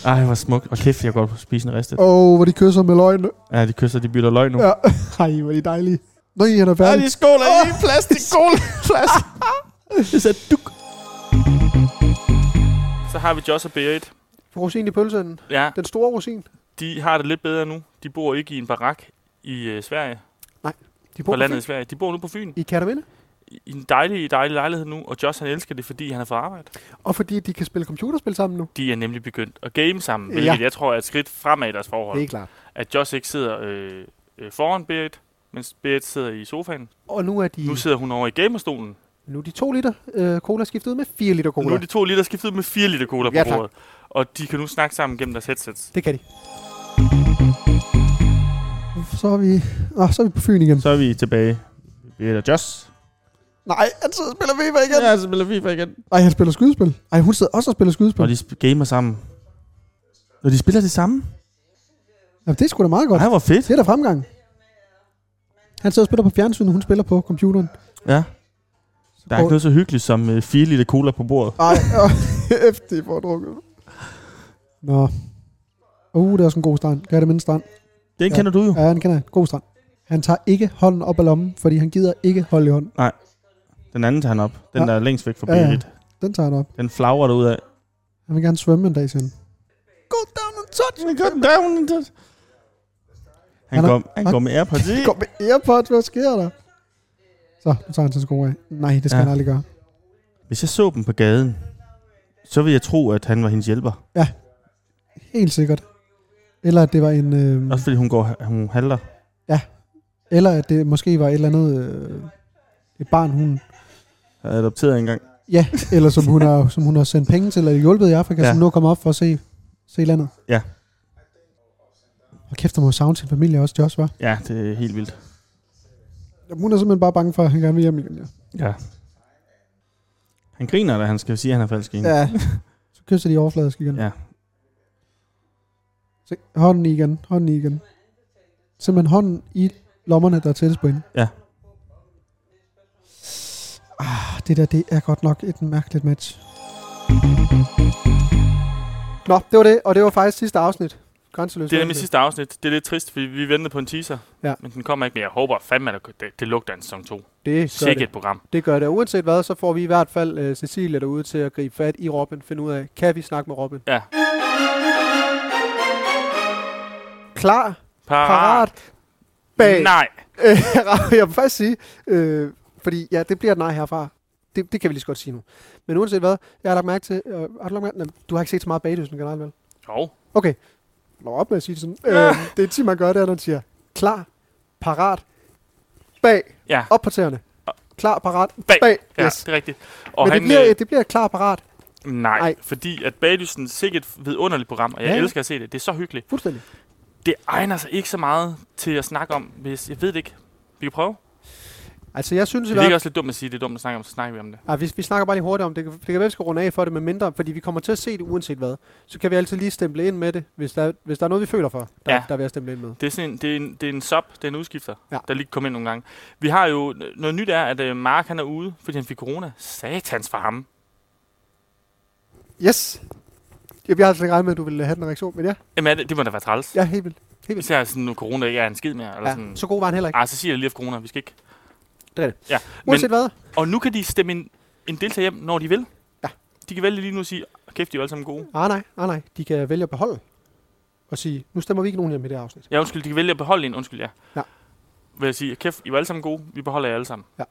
[SPEAKER 5] Ej, hvor smukt. Og kæft, jeg kan godt spise en ristet.
[SPEAKER 4] Åh, (laughs) oh, hvor de kysser med løgn.
[SPEAKER 5] Ja, de kysser, de bytter løg nu.
[SPEAKER 4] Ja. Ej, hvor er de dejlige. Nå, I, han er
[SPEAKER 5] Ja,
[SPEAKER 4] færdig.
[SPEAKER 5] de skåler i en plastik. Skål. Plastik. Det er duk.
[SPEAKER 3] Så har vi Joss og Berit.
[SPEAKER 4] Rosin i pølsen.
[SPEAKER 3] Ja,
[SPEAKER 4] Den store rosin.
[SPEAKER 3] de har det lidt bedre nu. De bor ikke i en barak i øh, Sverige.
[SPEAKER 4] Nej. De bor
[SPEAKER 3] på
[SPEAKER 4] på
[SPEAKER 3] landet i
[SPEAKER 4] landet.
[SPEAKER 3] Sverige. De bor nu på Fyn.
[SPEAKER 4] I Kataminde.
[SPEAKER 3] I i en dejlig, dejlig lejlighed nu, og Josh han elsker det, fordi han har fået arbejde.
[SPEAKER 4] Og fordi de kan spille computerspil sammen nu.
[SPEAKER 3] De er nemlig begyndt at game sammen,
[SPEAKER 4] Ja.
[SPEAKER 3] hvilket jeg tror er et skridt fremad i deres
[SPEAKER 4] Det
[SPEAKER 3] forhold.
[SPEAKER 4] er klart.
[SPEAKER 3] At Josh ikke sidder øh, øh, foran Berit, mens Berit sidder i sofaen.
[SPEAKER 4] Og nu er de,
[SPEAKER 3] Nu sidder hun over i gamerstolen.
[SPEAKER 4] nu er de to liter øh, cola skiftet ud med 4 liter cola.
[SPEAKER 3] Nu er de to liter skiftet med 4 liter cola på
[SPEAKER 4] Ja, tak.
[SPEAKER 3] bordet. Og de kan nu snakke sammen gennem deres headsets.
[SPEAKER 4] Det kan de. Så er vi, åh, så er vi på Fyn igen.
[SPEAKER 5] Så er vi tilbage. Vi er der Joss.
[SPEAKER 4] Nej, han sidder og spiller FIFA igen.
[SPEAKER 5] Ja, så spiller FIFA igen.
[SPEAKER 4] Ej, han spiller skydespil. Ej, hun sidder også og spiller skydespil.
[SPEAKER 5] Når de sp- gamer sammen. Når de spiller det samme.
[SPEAKER 4] Jamen, det er sgu da meget godt.
[SPEAKER 5] Ej, hvor fedt.
[SPEAKER 4] Det er da fremgang. Han sidder og spiller på fjernsynet, hun spiller på computeren.
[SPEAKER 5] Ja. Der er ikke noget så hyggeligt som øh, 4 liter cola på bordet.
[SPEAKER 4] Ej, (laughs) efter for drukket. Nå. Uh, det er også en god strand. Gør det mindst strand.
[SPEAKER 5] Den
[SPEAKER 4] Ja.
[SPEAKER 5] kender du jo.
[SPEAKER 4] Ja, han kender jeg. God strand. Han tager ikke hånden op af lommen, fordi han gider ikke holde i hånden.
[SPEAKER 5] Den anden tager han op. Den,
[SPEAKER 4] Ja.
[SPEAKER 5] der er længst væk fra
[SPEAKER 4] Ja, ja.
[SPEAKER 5] Berit.
[SPEAKER 4] Den tager han op.
[SPEAKER 5] Den flagrer derud af.
[SPEAKER 4] Han vil gerne svømme en dag, siger han.
[SPEAKER 5] Go down and touch me. Go down and touch. Han,
[SPEAKER 4] Han er-
[SPEAKER 5] kom, han
[SPEAKER 4] han-
[SPEAKER 5] kom med Airpods i.
[SPEAKER 4] Kom med Airpods, hvad sker der? Så, nu tager han sin sko af. Nej, det skal
[SPEAKER 5] Ja.
[SPEAKER 4] ja. han aldrig gøre.
[SPEAKER 5] Hvis jeg så dem på gaden, så ville jeg tro, at han var hendes hjælper.
[SPEAKER 4] Mm. Helt sikkert. Eller at det var en... Øh,
[SPEAKER 5] Også fordi hun, går, hun halter.
[SPEAKER 4] eller at det måske var et eller andet... Øh, et barn, hun...
[SPEAKER 5] Jeg er adopteret engang.
[SPEAKER 4] Ja, eller som hun, har, som hun har sendt penge til, eller hjulpet i Afrika,
[SPEAKER 5] Ja.
[SPEAKER 4] ja. som nu er kommet op for at se, se landet.
[SPEAKER 5] Ja.
[SPEAKER 4] Og kæft, der må savne sin familie også, Josh, var.
[SPEAKER 5] Ja, det er helt vildt.
[SPEAKER 4] Jamen, hun er simpelthen bare bange for, at han gerne vil hjem igen, ja.
[SPEAKER 5] Ja. Han griner, da han skal sige, at han er falsk
[SPEAKER 3] Mm.
[SPEAKER 5] griner.
[SPEAKER 4] Ja. (laughs) Så kysser de overfladisk igen.
[SPEAKER 5] Ja.
[SPEAKER 4] Se, hånden i igen, hånden i igen. Simpelthen hånden i lommerne, der er tættest på hende.
[SPEAKER 5] Ja.
[SPEAKER 4] Ah, det der, det er godt nok et mærkeligt match. Nå, det var det, og det var faktisk sidste afsnit. Grænseløs.
[SPEAKER 3] Det er nemlig
[SPEAKER 4] grænseløs.
[SPEAKER 3] sidste afsnit. Det er lidt trist, fordi vi ventede på en teaser.
[SPEAKER 4] Ja.
[SPEAKER 3] Men den kommer ikke, men jeg håber fandme, at det, det lugter en sæson 2.
[SPEAKER 4] Det gør
[SPEAKER 3] Sikke
[SPEAKER 4] det.
[SPEAKER 3] et program.
[SPEAKER 4] det gør det. Og Uanset hvad, så får vi i hvert fald uh, Cecilia derude til at gribe fat i Robin. Finde ud af, kan vi snakke med Robin?
[SPEAKER 3] Ja.
[SPEAKER 4] Klar,
[SPEAKER 3] Parat.
[SPEAKER 4] parat, bag.
[SPEAKER 3] Ah. Nej.
[SPEAKER 4] Øh, (laughs) jeg vil faktisk sige, øh, fordi ja, det bliver et nej herfra. Det, det kan vi lige så godt sige nu. Men uanset hvad, jeg har lagt mærke til, øh, har du, lagt mærke, nej, du har ikke set så meget bagdysten generelt, vel?
[SPEAKER 3] Jo.
[SPEAKER 4] Okay, lov op med at sige det sådan. Øh, det er Tim, man gør det, at han siger, klar, parat, bag,
[SPEAKER 3] Ja.
[SPEAKER 4] op på tæerne. Klar, parat,
[SPEAKER 3] Ah. Bag.
[SPEAKER 4] bag.
[SPEAKER 3] Ja,
[SPEAKER 4] Yes.
[SPEAKER 3] det er rigtigt.
[SPEAKER 4] Og
[SPEAKER 3] Og
[SPEAKER 4] Men
[SPEAKER 3] han,
[SPEAKER 4] det, bliver,
[SPEAKER 3] øh,
[SPEAKER 4] det bliver et klar, parat.
[SPEAKER 3] nej,
[SPEAKER 4] nej.
[SPEAKER 3] nej, fordi at Baglysen sikkert et vidunderligt program, og jeg
[SPEAKER 4] Ja,
[SPEAKER 3] ja.
[SPEAKER 4] ja.
[SPEAKER 3] elsker at se det. Det er så hyggeligt.
[SPEAKER 4] Fuldstændig.
[SPEAKER 3] Det egner sig ikke så meget til at snakke om, hvis jeg ved det ikke. Vi kan prøve.
[SPEAKER 4] Altså, jeg synes i
[SPEAKER 3] Det
[SPEAKER 4] hvert
[SPEAKER 3] ligger også lidt dumt at sige, det er dumt at snakke om, så snakker vi om det.
[SPEAKER 4] Ej, vi, vi snakker bare lige hurtigt om det. Det kan- Det kan være, vi skal runde af for det med mindre, fordi vi kommer til at se det uanset hvad. Så kan vi altid lige stemple ind med det, hvis der, hvis der er noget, vi føler for, der, ja.
[SPEAKER 3] Ja.
[SPEAKER 4] der er ved at stemple ind med.
[SPEAKER 3] Det er, sådan en, det, er en, det er en sub, det er en udskifter,
[SPEAKER 4] Ja.
[SPEAKER 3] ja. der lige kom ind nogle gange. Vi har jo, noget nyt er, at øh, Mark han er ude, fordi han fik corona. Satans for ham.
[SPEAKER 4] Yes. Ja, vi har altså ikke regnet med, at du ville have den reaktion, men ja,
[SPEAKER 3] Jamen, er det, det må da være træls. Ja.
[SPEAKER 4] ja helt vildt.
[SPEAKER 3] Især sådan, nu corona ikke er en skid mere. Eller ja.
[SPEAKER 4] Ja.
[SPEAKER 3] sådan.
[SPEAKER 4] Så god var han heller ikke.
[SPEAKER 3] Ah, så siger jeg lige efter corona, vi skal ikke.
[SPEAKER 4] Det er det.
[SPEAKER 3] Ja. Ah, Men,
[SPEAKER 4] Uanset hvad,
[SPEAKER 3] og nu kan de stemme en, en deltager hjem, når de vil.
[SPEAKER 4] Ja.
[SPEAKER 3] De kan vælge lige nu at sige, "Åh, kæft, de er jo alle sammen gode.
[SPEAKER 4] ah, nej, ah, nej, de kan vælge at beholde og sige, nu stemmer vi ikke nogen hjem i det her afsnit.
[SPEAKER 3] Ja, undskyld, de kan vælge at beholde en, undskyld, ja.
[SPEAKER 4] Ja.
[SPEAKER 3] Vil jeg sige, kæft, I var alle sammen gode, vi beholder jer alle sammen.
[SPEAKER 4] Ja.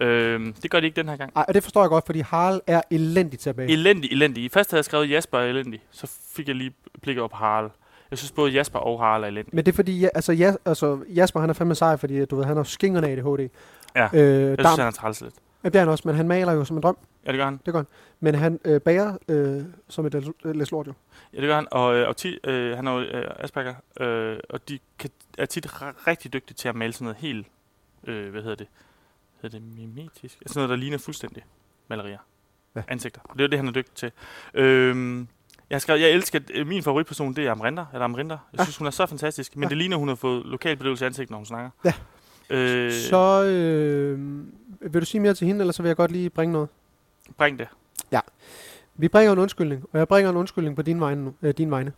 [SPEAKER 3] Øhm, det gør de ikke den her gang.
[SPEAKER 4] Ej, og det forstår jeg godt, fordi Harald er elendig tilbage.
[SPEAKER 3] Elendig, elendig. I først havde jeg skrevet Jasper er elendig, så fik jeg lige blikket op på Harald. Jeg synes både Jasper og Harald er elendig.
[SPEAKER 4] men det er fordi, ja, altså, ja, altså, Jasper han er fandme sej, fordi at du ved, han har skingerne af ADHD.
[SPEAKER 3] Ja.
[SPEAKER 4] Øh,
[SPEAKER 3] Jeg synes,
[SPEAKER 4] Dam,
[SPEAKER 3] han er træls lidt.
[SPEAKER 4] Ja, det er han også, men han maler jo som en drøm,
[SPEAKER 3] Ja, det gør han.
[SPEAKER 4] men han øh, bærer øh, som et øh, læs lort jo.
[SPEAKER 3] Ja, det gør han. Og øh, auti, øh, han er jo øh, Asperger, øh, og de kan, er tit r- rigtig dygtige til at male sådan noget helt, øh, hvad hedder det, hedder det mimetisk? Altså noget, der ligner fuldstændig malerier.
[SPEAKER 4] Ja.
[SPEAKER 3] Ja. Ansigter. Det er jo det, han er dygtig til. Øhm, jeg, skrev, jeg elsker, øh, min favoritperson, det er Amrinder, eller Amrinder. Jeg
[SPEAKER 4] Ah.
[SPEAKER 3] synes, hun er så fantastisk, men
[SPEAKER 4] Ah.
[SPEAKER 3] det ligner, hun har fået lokal bedøvelse i ansigtet, når hun snakker.
[SPEAKER 4] Ja.
[SPEAKER 3] Øh,
[SPEAKER 4] Så øh, vil du sige mere til hende, eller så vil jeg godt lige bringe noget?
[SPEAKER 3] bring det.
[SPEAKER 4] Vi bringer en undskyldning, og jeg bringer en undskyldning på din vegne. nu- Øh, din vegne.